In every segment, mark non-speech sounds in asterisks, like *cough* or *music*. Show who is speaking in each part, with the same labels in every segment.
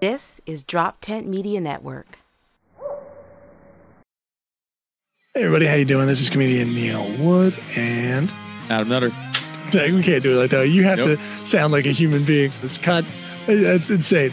Speaker 1: This is Drop Tent Media Network.
Speaker 2: Hey everybody, how you doing? This is comedian Neil Wood, and *laughs*
Speaker 3: Adam Nutter.
Speaker 2: Like, we can't do it like that. You have
Speaker 3: Nope.
Speaker 2: to sound like a human being. This cut, that's insane.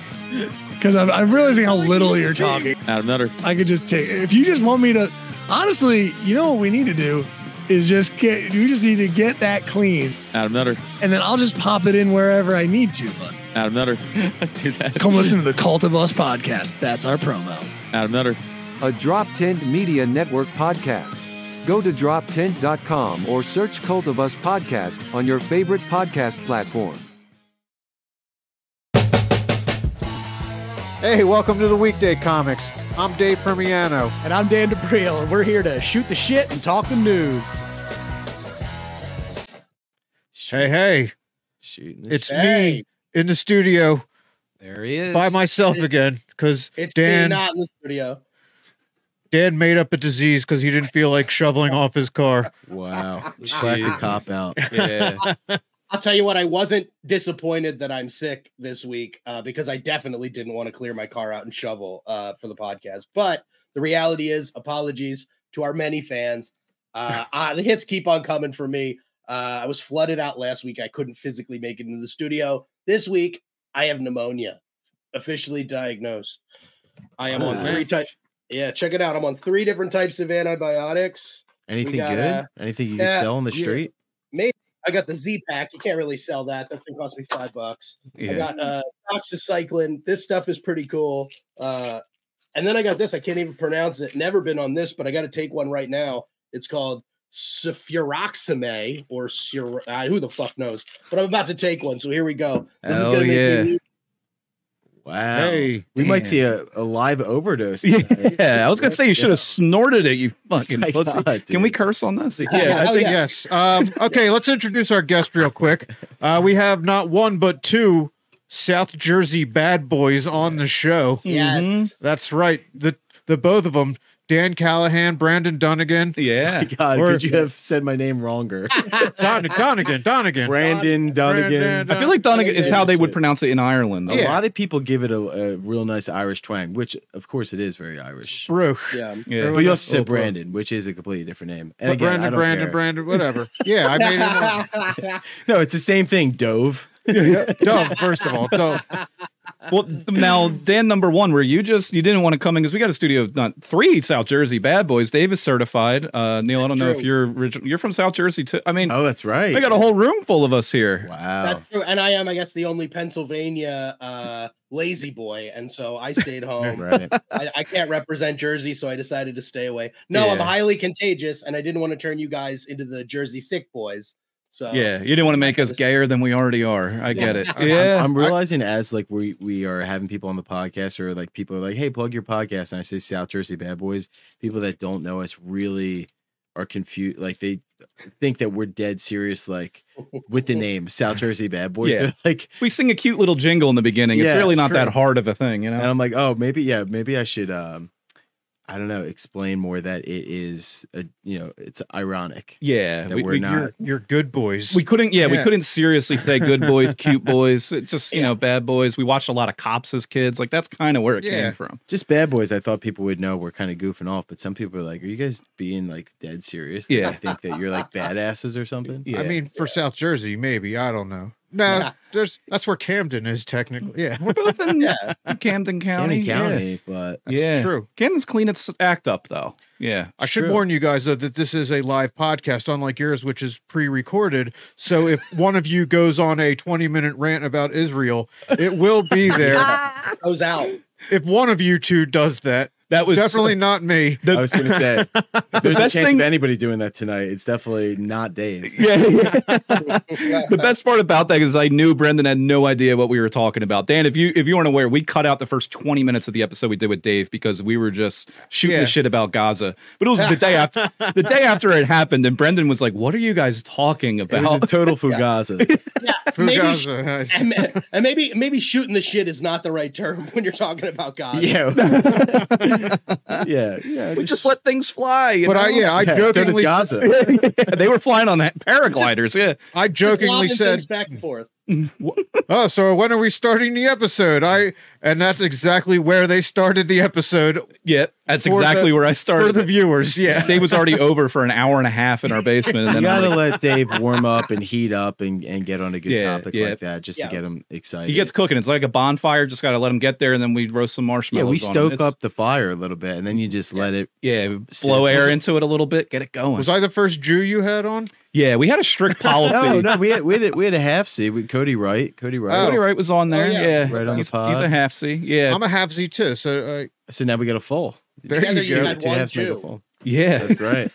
Speaker 2: Because I'm, I'm realizing how little you're talking.
Speaker 3: Adam Nutter.
Speaker 2: I could just take. If you just want me to, honestly, you know what we need to do is just get. You just need to get that clean,
Speaker 3: Adam Nutter.
Speaker 2: and then I'll just pop it in wherever I need to. But
Speaker 3: Adam Nutter. *laughs* Let's do that.
Speaker 2: come listen to the Cult of Us podcast. That's our promo.
Speaker 3: Adam Nutter.
Speaker 4: a Drop Tent Media Network podcast. Go to droptent.com or search Cult of Us podcast on your favorite podcast platform.
Speaker 5: Hey, welcome to the Weekday Comics. I'm Dave Permiano.
Speaker 6: And I'm Dan DePriel, and we're here to shoot the shit and talk the news.
Speaker 5: Hey, hey,
Speaker 3: Shooting.
Speaker 5: it's me in the studio
Speaker 3: there he is.
Speaker 5: by myself again because
Speaker 7: It's
Speaker 5: Dan
Speaker 7: me not in the studio.
Speaker 5: Dan made up a disease because he didn't feel like shoveling off his car.
Speaker 8: Wow.
Speaker 3: Classic
Speaker 8: cop out.
Speaker 3: Yeah.
Speaker 7: I'll tell you what, I wasn't disappointed that I'm sick this week uh, because I definitely didn't want to clear my car out and shovel uh, for the podcast. But the reality is, apologies to our many fans. Uh, uh, the hits keep on coming for me. Uh, I was flooded out last week. I couldn't physically make it into the studio. This week, I have pneumonia, officially diagnosed. I am on
Speaker 3: Oh,
Speaker 7: three
Speaker 3: man.
Speaker 7: types. Yeah, check it out. I'm on three different types of antibiotics.
Speaker 8: Anything
Speaker 7: got,
Speaker 8: good?
Speaker 7: uh,
Speaker 8: Anything you
Speaker 7: yeah,
Speaker 8: could sell on the
Speaker 7: yeah.
Speaker 8: street?
Speaker 7: I got the Z pack. You can't really sell that. That thing cost me five bucks.
Speaker 8: Yeah.
Speaker 7: I got uh doxycycline. This stuff is pretty cool. Uh and then I got this. I can't even pronounce it. Never been on this, but I got to take one right now. It's called Sufuroxime or sur- uh, who the fuck knows. But I'm about to take one, so here we go. This
Speaker 8: Hell
Speaker 7: is gonna
Speaker 8: yeah.
Speaker 7: make me
Speaker 8: Wow.
Speaker 5: Hey,
Speaker 8: we
Speaker 2: damn.
Speaker 8: might see a, a live overdose. tonight.
Speaker 3: *laughs* yeah. I was going to say you should have snorted it, you fucking
Speaker 8: My
Speaker 3: pussy.
Speaker 8: God,
Speaker 3: Can we
Speaker 8: dude.
Speaker 3: curse on this?
Speaker 7: Yeah,
Speaker 5: I
Speaker 7: hell
Speaker 5: think
Speaker 7: yeah.
Speaker 5: yes. Um, okay, let's introduce our guest real quick. Uh, we have not one but two South Jersey bad boys on the show.
Speaker 7: yeah.
Speaker 3: Mhm.
Speaker 5: That's right. The the both of them, Dan Callahan, Brandon Donegan,
Speaker 3: Yeah.
Speaker 8: God,
Speaker 5: Or-
Speaker 8: could you have said my name *laughs* wronger?
Speaker 5: Don- Donegan, Donegan.
Speaker 4: Brandon Donegan.
Speaker 5: Brandon.
Speaker 3: I feel like Donegan is how they would pronounce it in Ireland.
Speaker 8: A
Speaker 3: though.
Speaker 5: Yeah.
Speaker 8: lot of people give it a, a real nice Irish twang, which of course it is very Irish.
Speaker 5: Brew.
Speaker 7: Yeah.
Speaker 3: Yeah.
Speaker 8: But you also
Speaker 3: Oh,
Speaker 8: said
Speaker 3: bro.
Speaker 8: Brandon, which is a completely different name. And
Speaker 5: But
Speaker 8: again, I
Speaker 5: Brandon,
Speaker 8: don't
Speaker 5: Brandon,
Speaker 8: care.
Speaker 5: Brandon, whatever. Yeah, I made it. up.
Speaker 8: *laughs* No, it's the same thing. Dove.
Speaker 5: Dove, first of all. Dove.
Speaker 3: Well,
Speaker 8: *laughs*
Speaker 3: now Dan, number one, were you just you didn't want to come in because we got a studio of not three South Jersey bad boys. Dave is certified. Uh, Neil, I don't know if
Speaker 7: True.
Speaker 3: you're original. You're from South Jersey too. I mean,
Speaker 8: Oh, that's right.
Speaker 3: they got a whole room full of us here.
Speaker 8: wow.
Speaker 3: Oh.
Speaker 7: That's true. And I am, I guess, the only Pennsylvania uh lazy boy. And so I
Speaker 3: *laughs*
Speaker 7: stayed home.
Speaker 8: *laughs* Right.
Speaker 7: I, I can't represent Jersey, so I decided to stay away. No, I'm
Speaker 3: Yeah.
Speaker 7: highly contagious, and I didn't want to turn you guys into the Jersey sick boys. So
Speaker 3: Yeah, you didn't want to make us gayer than we already are. I get it.
Speaker 8: I'm-
Speaker 3: Yeah.
Speaker 8: I'm, realizing as like we we are having people on the podcast or like people are like, hey, plug your podcast. And I say South Jersey Bad Boys. People that don't know us really are confused. Like they think that we're dead serious, like with the name South Jersey Bad Boys.
Speaker 3: Yeah.
Speaker 8: They're like,
Speaker 3: we sing a cute little jingle in the beginning.
Speaker 8: Yeah,
Speaker 3: it's really not
Speaker 8: true.
Speaker 3: that hard of a thing, you
Speaker 8: and
Speaker 3: know.
Speaker 8: I'm like, oh, maybe yeah, maybe I should. um I don't know. Explain more that it is, a, you know, it's ironic.
Speaker 3: yeah,
Speaker 8: that
Speaker 3: we,
Speaker 8: we're
Speaker 3: we-
Speaker 8: not.
Speaker 5: You're, you're good boys.
Speaker 3: we couldn't. Yeah, we
Speaker 5: Yeah.
Speaker 3: couldn't seriously say good boys, cute
Speaker 8: *laughs*
Speaker 3: boys. It just you know, bad boys. We watched a lot of cops as kids. Like that's kind of where it
Speaker 5: Yeah.
Speaker 3: came from.
Speaker 8: Just bad boys. I thought people would know we're kind of goofing off, but some people are like, "Are you guys being like dead serious?"
Speaker 3: Yeah.
Speaker 8: I think that you're like badasses or something.
Speaker 3: Yeah.
Speaker 5: I mean, for South Jersey, maybe. I don't know. No, there's that's where Camden is technically. Yeah.
Speaker 3: we're both
Speaker 8: *laughs*
Speaker 3: in
Speaker 7: Yeah.
Speaker 3: Camden County.
Speaker 8: County, County, but
Speaker 3: Yeah.
Speaker 5: That's
Speaker 3: yeah.
Speaker 5: true.
Speaker 3: Camden's clean its act up though. Yeah.
Speaker 5: I should
Speaker 8: true.
Speaker 5: warn you guys though that this is a live podcast, unlike yours, which is pre-recorded. So if one of you goes on a 20-minute rant about Israel, it will be there.
Speaker 7: I was out.
Speaker 5: if one of you two does that,
Speaker 3: That was
Speaker 5: definitely not me.
Speaker 8: I was
Speaker 3: *laughs*
Speaker 8: gonna say if there's
Speaker 3: best
Speaker 8: a chance
Speaker 3: thing-
Speaker 8: of anybody doing that tonight. It's definitely not
Speaker 3: *laughs*
Speaker 8: Dave.
Speaker 3: *laughs* Yeah.
Speaker 5: *laughs*
Speaker 3: the best part about that is I knew Brendan had no idea what we were talking about. Dan, if you if you aren't aware, we cut out the first 20 minutes of the episode we did with Dave because we were just shooting
Speaker 5: Yeah.
Speaker 3: the shit about Gaza. But it was the day
Speaker 5: *laughs*
Speaker 3: after the day after it happened, and Brendan was like, What are you guys talking
Speaker 8: It was
Speaker 3: about?
Speaker 8: a total
Speaker 3: *laughs*
Speaker 8: fugaza.
Speaker 7: Maybe sh-
Speaker 5: Fugaza, I see.
Speaker 7: and ma- and maybe maybe shooting the shit is not the right term *laughs* when you're talking about God.
Speaker 8: yeah, yeah, *laughs* yeah.
Speaker 3: *laughs* we just let things fly. you
Speaker 5: But I
Speaker 3: know? *laughs*
Speaker 5: yeah, I
Speaker 8: so does
Speaker 5: jokingly
Speaker 8: Gaza.
Speaker 3: they were flying on paragliders. Yeah.
Speaker 5: I
Speaker 7: Just
Speaker 5: jokingly
Speaker 7: lobbing
Speaker 5: said
Speaker 7: things back and forth.
Speaker 5: oh, so when are we starting the episode? I and that's exactly where they started the episode
Speaker 3: Yeah, that's
Speaker 5: For the-
Speaker 3: exactly where I
Speaker 5: for the
Speaker 3: started.
Speaker 5: viewers. Yeah.
Speaker 3: Day was already over for an hour and a half in our basement, and
Speaker 5: *laughs*
Speaker 8: You
Speaker 3: then I'm
Speaker 8: gotta
Speaker 3: like,
Speaker 8: let Dave warm up and heat up and, and get on a good
Speaker 3: Yeah,
Speaker 8: topic
Speaker 3: yeah.
Speaker 8: like that just
Speaker 7: Yeah.
Speaker 8: to get him excited.
Speaker 3: he gets cooking. It's like a bonfire. Just gotta let him get there, and then we roast some
Speaker 8: yeah,
Speaker 3: marshmallows.
Speaker 8: we
Speaker 3: on him.
Speaker 8: stoke
Speaker 3: It's-
Speaker 8: up the fire a little bit and then you just let it.
Speaker 3: Yeah, blow air into it a little bit, get it going.
Speaker 5: Was I the first Jew you had on?
Speaker 3: yeah, we had a strict policy.
Speaker 8: No, no, we had we had a, we had a half seat with Cody Wright. Cody Wright.
Speaker 3: Cody Wright was on there.
Speaker 7: yeah.
Speaker 3: yeah.
Speaker 8: Right on the
Speaker 3: he's,
Speaker 8: pod.
Speaker 3: he's a half C. Yeah,
Speaker 5: Oh, I'm a halfsy too, so uh,
Speaker 8: So now we got a full.
Speaker 5: there
Speaker 7: Together
Speaker 5: you
Speaker 7: you
Speaker 5: go.
Speaker 7: had
Speaker 8: Two
Speaker 7: one,
Speaker 8: halves make a
Speaker 7: too.
Speaker 8: full.
Speaker 3: *laughs* yeah,
Speaker 8: That's *laughs* right.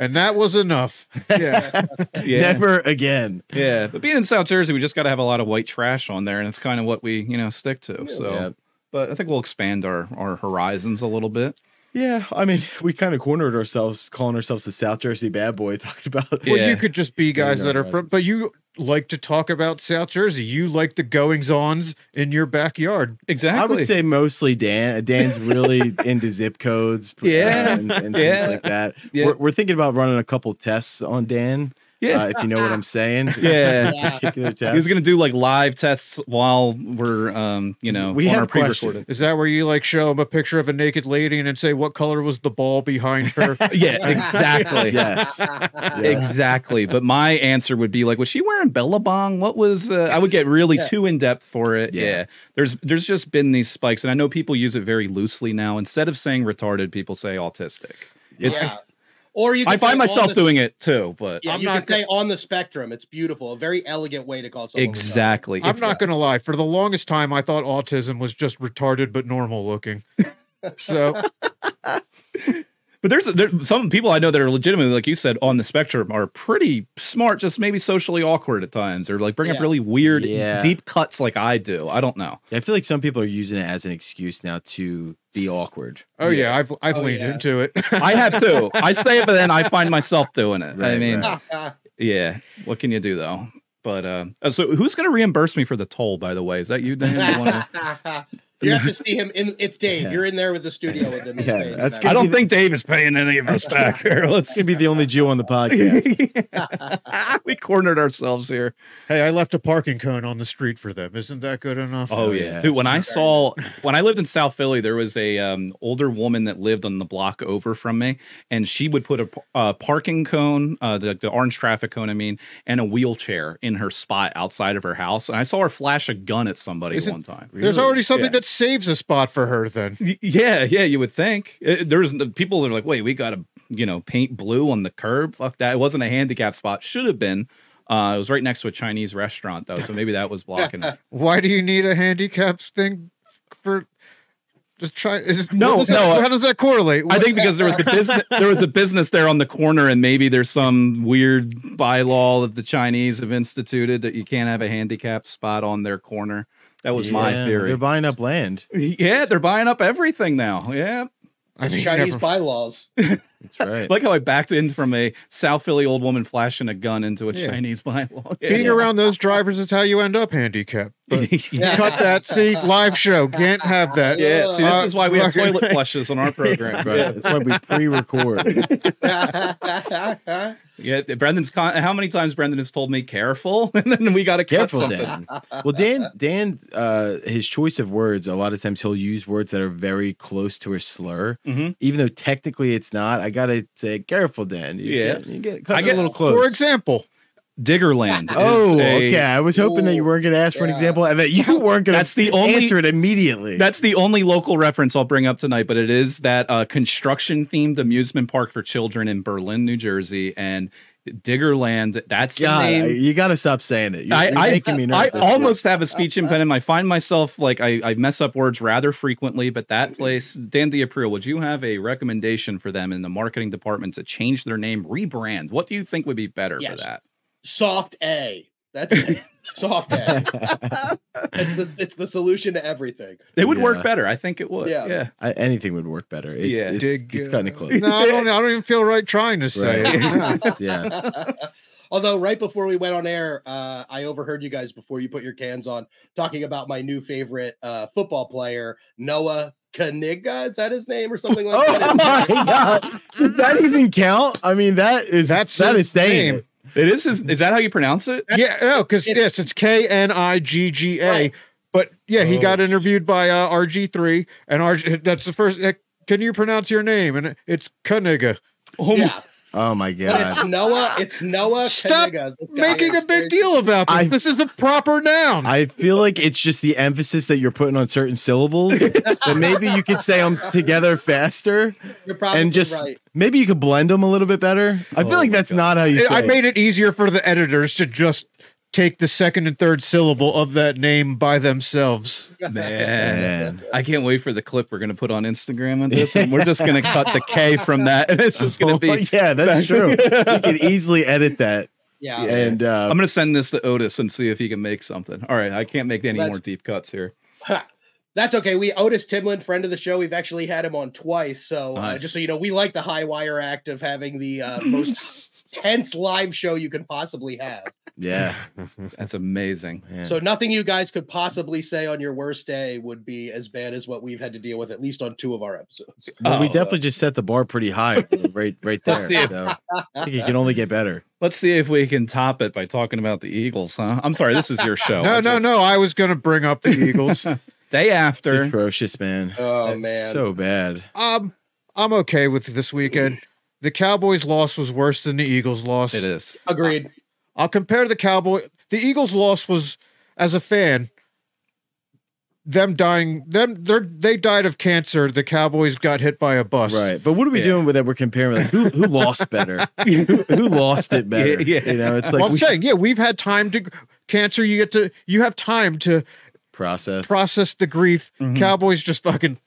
Speaker 5: and that
Speaker 3: *laughs*
Speaker 5: was enough. Yeah,
Speaker 3: yeah,
Speaker 8: Never again.
Speaker 3: yeah. But being in South Jersey, we just got to have a lot of white trash on there, and it's kind of what we you know stick to. So,
Speaker 8: Yeah.
Speaker 3: but I think we'll expand our our horizons a little bit.
Speaker 8: Yeah, I mean, we kind of cornered ourselves, calling ourselves the South Jersey bad boy. *laughs* Talking about
Speaker 5: well,
Speaker 3: Yeah.
Speaker 5: you could just be
Speaker 8: It's gonna
Speaker 5: guys
Speaker 8: be
Speaker 5: that are
Speaker 8: nice.
Speaker 5: from, but you like to talk about South Jersey. You like the goings ons in your backyard.
Speaker 3: Exactly.
Speaker 8: I would say mostly Dan. uh, Dan's *laughs* really into zip codes, uh,
Speaker 3: Yeah.
Speaker 8: and, and
Speaker 3: Yeah.
Speaker 8: things like that.
Speaker 3: Yeah.
Speaker 8: We're, we're thinking about running a couple tests on Dan,
Speaker 3: yeah,
Speaker 8: uh, if you know what I'm saying.
Speaker 3: *laughs* yeah.
Speaker 7: Yeah.
Speaker 8: *laughs*
Speaker 3: He
Speaker 8: particular
Speaker 3: was
Speaker 8: test.
Speaker 3: gonna do like live tests while we're um you know
Speaker 8: We
Speaker 3: on
Speaker 8: had
Speaker 3: our
Speaker 8: a question.
Speaker 3: pre-recorded.
Speaker 5: Is that where you like show them a picture of a naked lady and then say what color was the ball behind
Speaker 3: *laughs*
Speaker 5: her?
Speaker 3: Yeah, exactly.
Speaker 8: *laughs* Yes. Yeah.
Speaker 3: *laughs* Exactly. But my answer would be like, was she wearing Billabong? What was uh, I would get really
Speaker 7: Yeah.
Speaker 3: too in depth for it. Yeah.
Speaker 8: Yeah.
Speaker 3: There's there's just been these spikes, and I know people use it very loosely now. Instead of saying retarded, people say
Speaker 7: *laughs*
Speaker 3: autistic. It's
Speaker 7: yeah. Or you.
Speaker 3: I
Speaker 7: could say
Speaker 3: find
Speaker 7: on
Speaker 3: myself
Speaker 7: the-
Speaker 3: doing it too, but
Speaker 7: Yeah,
Speaker 5: I'm
Speaker 7: you
Speaker 5: not
Speaker 7: could say on the spectrum. It's beautiful. A very elegant way to call someone.
Speaker 3: Oh, exactly.
Speaker 5: I'm
Speaker 3: It's-
Speaker 5: not going to lie. For the longest time, I thought autism was just retarded but normal looking. So
Speaker 3: But there's there, some people I know that are legitimately, like you said, on the spectrum are pretty smart, just maybe socially awkward at times, or like bring up
Speaker 7: Yeah.
Speaker 3: really weird,
Speaker 8: Yeah.
Speaker 3: deep cuts like I do. I don't know.
Speaker 8: I feel like some people are using it as an excuse now to be awkward.
Speaker 5: Oh yeah, I've I've
Speaker 7: Oh,
Speaker 5: leaned
Speaker 7: yeah.
Speaker 5: into it. *laughs*
Speaker 3: I have too. I say it, but then I find myself doing it. I
Speaker 8: Right,
Speaker 3: mean,
Speaker 8: right.
Speaker 7: Yeah.
Speaker 3: Yeah. What can you do though? But uh, uh, so who's going to reimburse me for the toll? By the way, is that you, Dan? You
Speaker 7: *laughs*
Speaker 3: wanna-
Speaker 7: *laughs* you have to see him in. It's Dave.
Speaker 8: Yeah.
Speaker 7: You're in there with the studio with him. He's
Speaker 8: Yeah,
Speaker 7: paying
Speaker 8: that's
Speaker 7: back.
Speaker 8: good.
Speaker 3: I don't think Dave is paying any of us back here. Let's
Speaker 8: It's gonna *laughs* be the only Jew on the podcast.
Speaker 3: *laughs* we cornered ourselves here.
Speaker 5: hey, I left a parking cone on the street for them. Isn't that good enough?
Speaker 3: Oh yeah, dude. When I saw when I lived in South Philly, there was a um, older woman that lived on the block over from me, and she would put a p- uh, parking cone, uh, the the orange traffic cone, I mean, and a wheelchair in her spot outside of her house. And I saw her flash a gun at somebody
Speaker 5: Isn't-
Speaker 3: one time.
Speaker 5: There's already something
Speaker 3: Yeah.
Speaker 5: that saves a spot for her then.
Speaker 3: Y- Yeah, yeah, you would think. Uh, It- There's n- people that are like, wait, we got to, you know, paint blue on the curb. Fuck that. It wasn't a handicap spot. Should have been. Uh, it was right next to a Chinese restaurant, though. So maybe that was blocking it.
Speaker 5: Why do you need a handicaps thing for just try is
Speaker 3: No,
Speaker 5: what was
Speaker 3: no,
Speaker 5: that-
Speaker 3: uh,
Speaker 5: how does that correlate?
Speaker 3: *laughs* I think because there was a business, there was a business there on the corner, and maybe there's some weird bylaw that the Chinese have instituted that you can't have a handicap spot on their corner. That was my
Speaker 8: Yeah,
Speaker 3: theory.
Speaker 8: They're buying up land.
Speaker 3: *laughs* yeah, they're buying up everything now. Yeah,
Speaker 5: I mean,
Speaker 7: Chinese
Speaker 5: never-
Speaker 7: *laughs* bylaws.
Speaker 3: *laughs*
Speaker 8: That's right.
Speaker 3: like how I backed in from a South Philly old woman flashing a gun into a
Speaker 5: Yeah.
Speaker 3: Chinese *laughs* bylaw. Yeah.
Speaker 5: being around those drivers is how you end up handicapped. But
Speaker 3: *laughs* yeah.
Speaker 5: cut that. See, live show. Can't have that.
Speaker 3: Yeah, see, this
Speaker 5: Uh,
Speaker 3: is why we have
Speaker 5: fucking-
Speaker 3: toilet flushes on our program. *laughs*
Speaker 8: Right. That's why we pre-record.
Speaker 3: Yeah, Brendan's con- how many times Brendan has told me careful, *laughs* and then we got to careful
Speaker 8: Careful,
Speaker 3: something.
Speaker 8: Dan. Well, Dan, Dan, uh, his choice of words. A lot of times he'll use words that are very close to a slur,
Speaker 3: Mhm.
Speaker 8: even though technically it's not. I gotta say, careful, Dan. You
Speaker 3: Yeah.
Speaker 8: get, you get cut
Speaker 3: I
Speaker 8: it
Speaker 3: get-
Speaker 8: a little
Speaker 3: *laughs*
Speaker 5: *laughs* For
Speaker 8: close.
Speaker 5: example,
Speaker 3: Diggerland. *laughs* is
Speaker 8: Oh,
Speaker 3: a-
Speaker 8: okay. I was hoping that you weren't going to ask for an
Speaker 7: Yeah.
Speaker 8: example and that
Speaker 3: *laughs*
Speaker 8: you weren't going to
Speaker 3: That's the only-
Speaker 8: answer it immediately.
Speaker 3: That's the only local reference I'll bring up tonight, but it is that uh, construction themed amusement park for children in Berlin, New Jersey, and Diggerland. That's the
Speaker 8: God,
Speaker 3: name.
Speaker 8: I- you got to stop saying it. You're,
Speaker 3: I-
Speaker 8: you're
Speaker 3: I-
Speaker 8: making me
Speaker 3: I
Speaker 8: nervous.
Speaker 3: almost have a speech impediment. I find myself like I, I mess up words rather frequently, but that place, Dan DiAprile, would you have a recommendation for them in the marketing department to change their name, rebrand? What do you think would be better
Speaker 7: Yes.
Speaker 3: for that?
Speaker 7: *laughs* Soft A. That's it. soft A. It's the it's the solution to everything.
Speaker 3: It would work
Speaker 8: Yeah.
Speaker 3: better. I think it would. Yeah.
Speaker 7: Yeah.
Speaker 8: *laughs* I, anything would work better. It's,
Speaker 3: Yeah.
Speaker 8: it's,
Speaker 5: Dig,
Speaker 8: it's
Speaker 5: uh,
Speaker 8: cutting it close.
Speaker 5: no, I don't. I don't even feel right trying to say
Speaker 3: *laughs*
Speaker 5: it.
Speaker 8: Right. *laughs* yeah.
Speaker 7: *laughs* Although right before we went on air, uh, I overheard you guys before you put your cans on talking about my new favorite uh, football player, Noah Kaniga. Is that his name or something like
Speaker 8: Oh
Speaker 7: that?
Speaker 8: my god! Does that even count? I mean, that is
Speaker 5: That's
Speaker 8: that
Speaker 5: his
Speaker 8: is saying
Speaker 5: name.
Speaker 8: it.
Speaker 3: It is. His, is that how you pronounce it?
Speaker 5: yeah, no, because
Speaker 7: it-
Speaker 5: yes, it's K N I G G A.
Speaker 7: Right.
Speaker 5: But yeah, he
Speaker 3: Oh.
Speaker 5: got interviewed by uh, RG three, and RG. That's the first. eh, Can you pronounce your name? And it- it's Kuniga.
Speaker 3: Oh my-
Speaker 7: yeah,
Speaker 8: *laughs* Oh my
Speaker 7: but it's
Speaker 8: god.
Speaker 7: Noah. It's Noah.
Speaker 5: Stop
Speaker 7: Kanega, this guy
Speaker 5: Making a
Speaker 7: is
Speaker 5: big deal about this.
Speaker 8: I-
Speaker 5: this is a proper noun.
Speaker 8: I feel like it's just the emphasis that you're putting on certain syllables, but maybe you could say them together faster
Speaker 7: You're probably
Speaker 8: and just
Speaker 7: right.
Speaker 8: maybe you could blend them a little bit better. I feel like that's not how you say
Speaker 5: I
Speaker 8: it.
Speaker 5: made it easier for the editors to just take the second and third syllable of that name by themselves.
Speaker 3: man.
Speaker 8: *laughs* Man.
Speaker 3: I can't wait for the clip we're gonna put on Instagram of this, and we're just gonna cut the K from that, and it's just gonna
Speaker 8: Oh,
Speaker 3: be.
Speaker 8: yeah, that's true. You can easily edit that.
Speaker 7: Yeah.
Speaker 8: And uh,
Speaker 3: I'm gonna send this to Otis and see if he can make something. All right, I can't make any
Speaker 7: Let's-
Speaker 3: more deep cuts here.
Speaker 7: That's okay. We Otis Timlin, friend of the show. We've actually had him on twice. So uh,
Speaker 3: Nice.
Speaker 7: just so you know, we like the high wire act of having the uh, most tense live show you can possibly have.
Speaker 8: *laughs* yeah.
Speaker 3: That's amazing.
Speaker 8: man.
Speaker 7: So nothing you guys could possibly say on your worst day would be as bad as what we've had to deal with at least on two of our episodes.
Speaker 8: Well, we
Speaker 3: Oh.
Speaker 8: definitely just set the bar pretty high, right, right there.
Speaker 3: Yeah.
Speaker 8: So I think it can only get better.
Speaker 3: Let's see if we can top it by talking about the Eagles, huh? I'm sorry, this is your show.
Speaker 5: *laughs* no,
Speaker 3: I
Speaker 5: no,
Speaker 3: just-
Speaker 5: no. I was going to bring up the
Speaker 8: *laughs*
Speaker 5: Eagles.
Speaker 3: Day
Speaker 8: It's
Speaker 3: after.
Speaker 8: atrocious, man.
Speaker 7: Oh
Speaker 8: That's
Speaker 7: man.
Speaker 8: so bad.
Speaker 5: um, I'm okay with this weekend. The Cowboys' loss was worse than the Eagles' loss.
Speaker 3: It is.
Speaker 7: Agreed.
Speaker 5: I'll compare the Cowboy. The Eagles' loss was, as a fan, them dying. Them they they died of cancer. The Cowboys got hit by a bus.
Speaker 8: Right. But what are we
Speaker 3: Yeah.
Speaker 8: doing with that? We're comparing like who, who lost better? who, who lost it better?
Speaker 3: Yeah, yeah.
Speaker 8: You know, it's like
Speaker 5: well, I'm
Speaker 8: we
Speaker 5: saying, yeah, we've had time to cancer. You get to you have time to
Speaker 8: process.
Speaker 5: process the grief.
Speaker 8: Mm-hmm.
Speaker 5: Cowboys just fucking.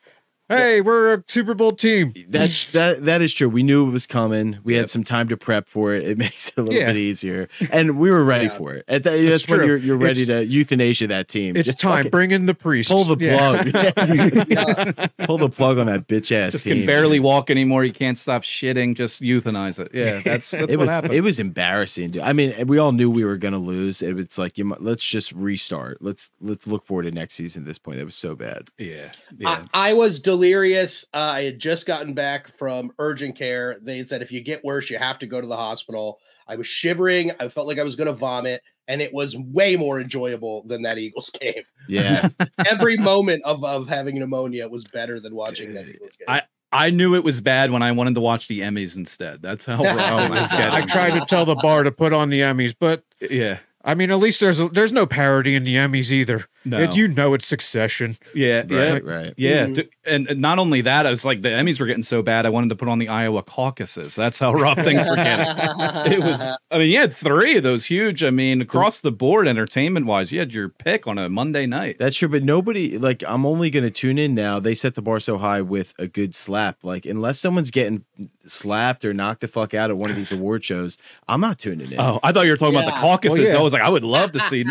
Speaker 5: Hey, we're a Super Bowl team. *laughs*
Speaker 8: That's that that is true. We knew it was coming. We had some time to prep for it. *laughs* It makes it a little
Speaker 5: Yeah.
Speaker 8: bit easier, and we were ready for it. At that, that's
Speaker 5: true.
Speaker 8: when you're you're ready
Speaker 5: It's-
Speaker 8: to euthanasia that team.
Speaker 5: It's
Speaker 8: Just
Speaker 5: time.
Speaker 8: fucking
Speaker 5: Bring in the priest.
Speaker 8: Pull the
Speaker 5: Yeah.
Speaker 8: plug.
Speaker 5: *laughs*
Speaker 8: Pull the plug *laughs* on that bitch ass
Speaker 3: Just
Speaker 8: team.
Speaker 3: can barely walk anymore. You can't stop shitting. Just euthanize it. Yeah, that's that's
Speaker 8: it
Speaker 3: what
Speaker 8: was *laughs*
Speaker 3: happened.
Speaker 8: it was embarrassing. Dude. I mean, we all knew we were gonna lose. It was like you. Might, let's just restart. Let's let's look forward to next season. At this point, that was so bad.
Speaker 3: yeah, yeah.
Speaker 7: I, I was delirious. Uh, I had just gotten back from urgent care. They said if you get worse, you have to go to the hospital. I was shivering. I felt like I was going to vomit, and it was way more enjoyable than that Eagles *laughs* game.
Speaker 8: Yeah,
Speaker 7: Every moment of, of having pneumonia was better than watching that Eagles game.
Speaker 3: I knew it was bad when I wanted to watch the Emmys instead. That's how wrong it was getting.
Speaker 5: I tried to tell the bar to put on the Emmys, but
Speaker 3: Yeah.
Speaker 5: I mean, at least there's a, there's no parody in the Emmys either.
Speaker 3: No.
Speaker 5: It- you know it's Succession.
Speaker 3: yeah. Yeah.
Speaker 8: right, right.
Speaker 3: Yeah,
Speaker 5: Hmm.
Speaker 7: Mhm.
Speaker 3: d- and, and not only that, I was like the Emmys were getting so bad. I wanted to put on the Iowa caucuses. That's how rough things were getting. It
Speaker 5: *laughs*
Speaker 3: was. I mean, you had three of those huge. I mean, across the board, entertainment wise, you had your pick on a Monday night.
Speaker 8: That's true, but nobody like I'm only gonna tune in now. They set the bar so high with a good slap. Like unless someone's getting slapped or knocked the fuck out at one of these award shows, I'm not tuning in.
Speaker 3: Oh, I thought you were talking about
Speaker 7: Yeah.
Speaker 3: the caucuses.
Speaker 5: Well, yeah.
Speaker 3: I was like, I would love to see.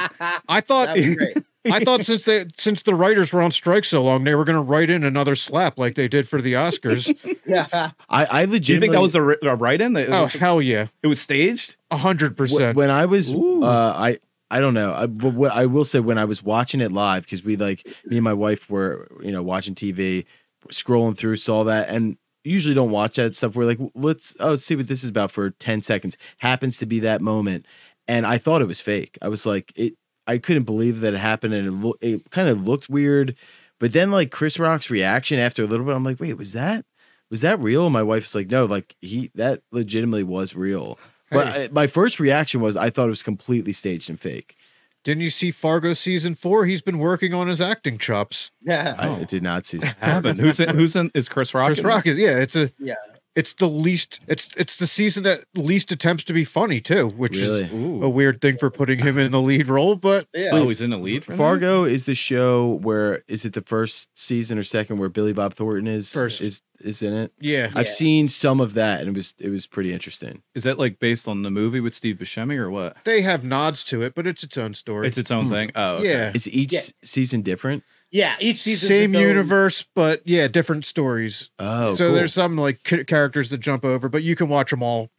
Speaker 5: I thought
Speaker 7: that was great. *laughs*
Speaker 5: I thought since they since the writers were on strike so long, they were going to write in another slap like they did for
Speaker 3: *laughs*
Speaker 5: the Oscars.
Speaker 7: Yeah.
Speaker 8: I, I
Speaker 3: Do you
Speaker 8: legitimately
Speaker 3: think that was a, ri- a write-in? That it
Speaker 5: oh
Speaker 3: was-
Speaker 5: hell yeah,
Speaker 3: it was staged.
Speaker 5: a hundred
Speaker 8: Wh-
Speaker 5: percent.
Speaker 8: when I was
Speaker 3: Ooh.
Speaker 8: uh I I don't know. I, but what I will say when I was watching it live because we like me and my wife were you know watching TV, scrolling through, saw that, and usually don't watch that stuff. We're like, let's oh see what this is about for ten seconds. Happens to be that moment, and I thought it was fake. I was like, it. I couldn't believe that it happened, and it lo- it kind of looked weird. But then like Chris Rock's reaction after a little bit, I'm like, wait, was that? Was that real? And my wife was like, no, like he that legitimately was real. But I, my first reaction was I thought it was completely staged and fake.
Speaker 5: Didn't you see Fargo season four? He's been working on his acting chops.
Speaker 7: Yeah.
Speaker 8: I it did not see.
Speaker 3: Happened. Who's in, who's in? Is Chris Rock?
Speaker 5: Chris
Speaker 3: in
Speaker 5: Rock is yeah, it's a
Speaker 7: Yeah.
Speaker 5: It's the least. It's it's the season that least attempts to be funny too, which
Speaker 8: Really?
Speaker 5: is a weird thing for putting him in the lead role. But
Speaker 3: it?
Speaker 7: Yeah.
Speaker 3: Oh, he's in the lead. for that?
Speaker 8: Fargo is the show where is it the first season or second where Billy Bob Thornton is
Speaker 5: First.
Speaker 8: is is in it?
Speaker 5: yeah,
Speaker 8: I've
Speaker 7: Yeah.
Speaker 8: seen some of that and it was it was pretty interesting.
Speaker 3: Is that like based on the movie with Steve Buscemi or what?
Speaker 5: they have nods to it, but it's its own story.
Speaker 3: It's its own thing. Oh, okay.
Speaker 5: Hmm. yeah,
Speaker 8: Is each
Speaker 7: Yeah.
Speaker 8: season different?
Speaker 7: Yeah, Each season.
Speaker 5: same universe, but yeah, different stories.
Speaker 8: Oh,
Speaker 5: so
Speaker 8: cool.
Speaker 5: there's some like ca- characters that jump over, but you can watch them all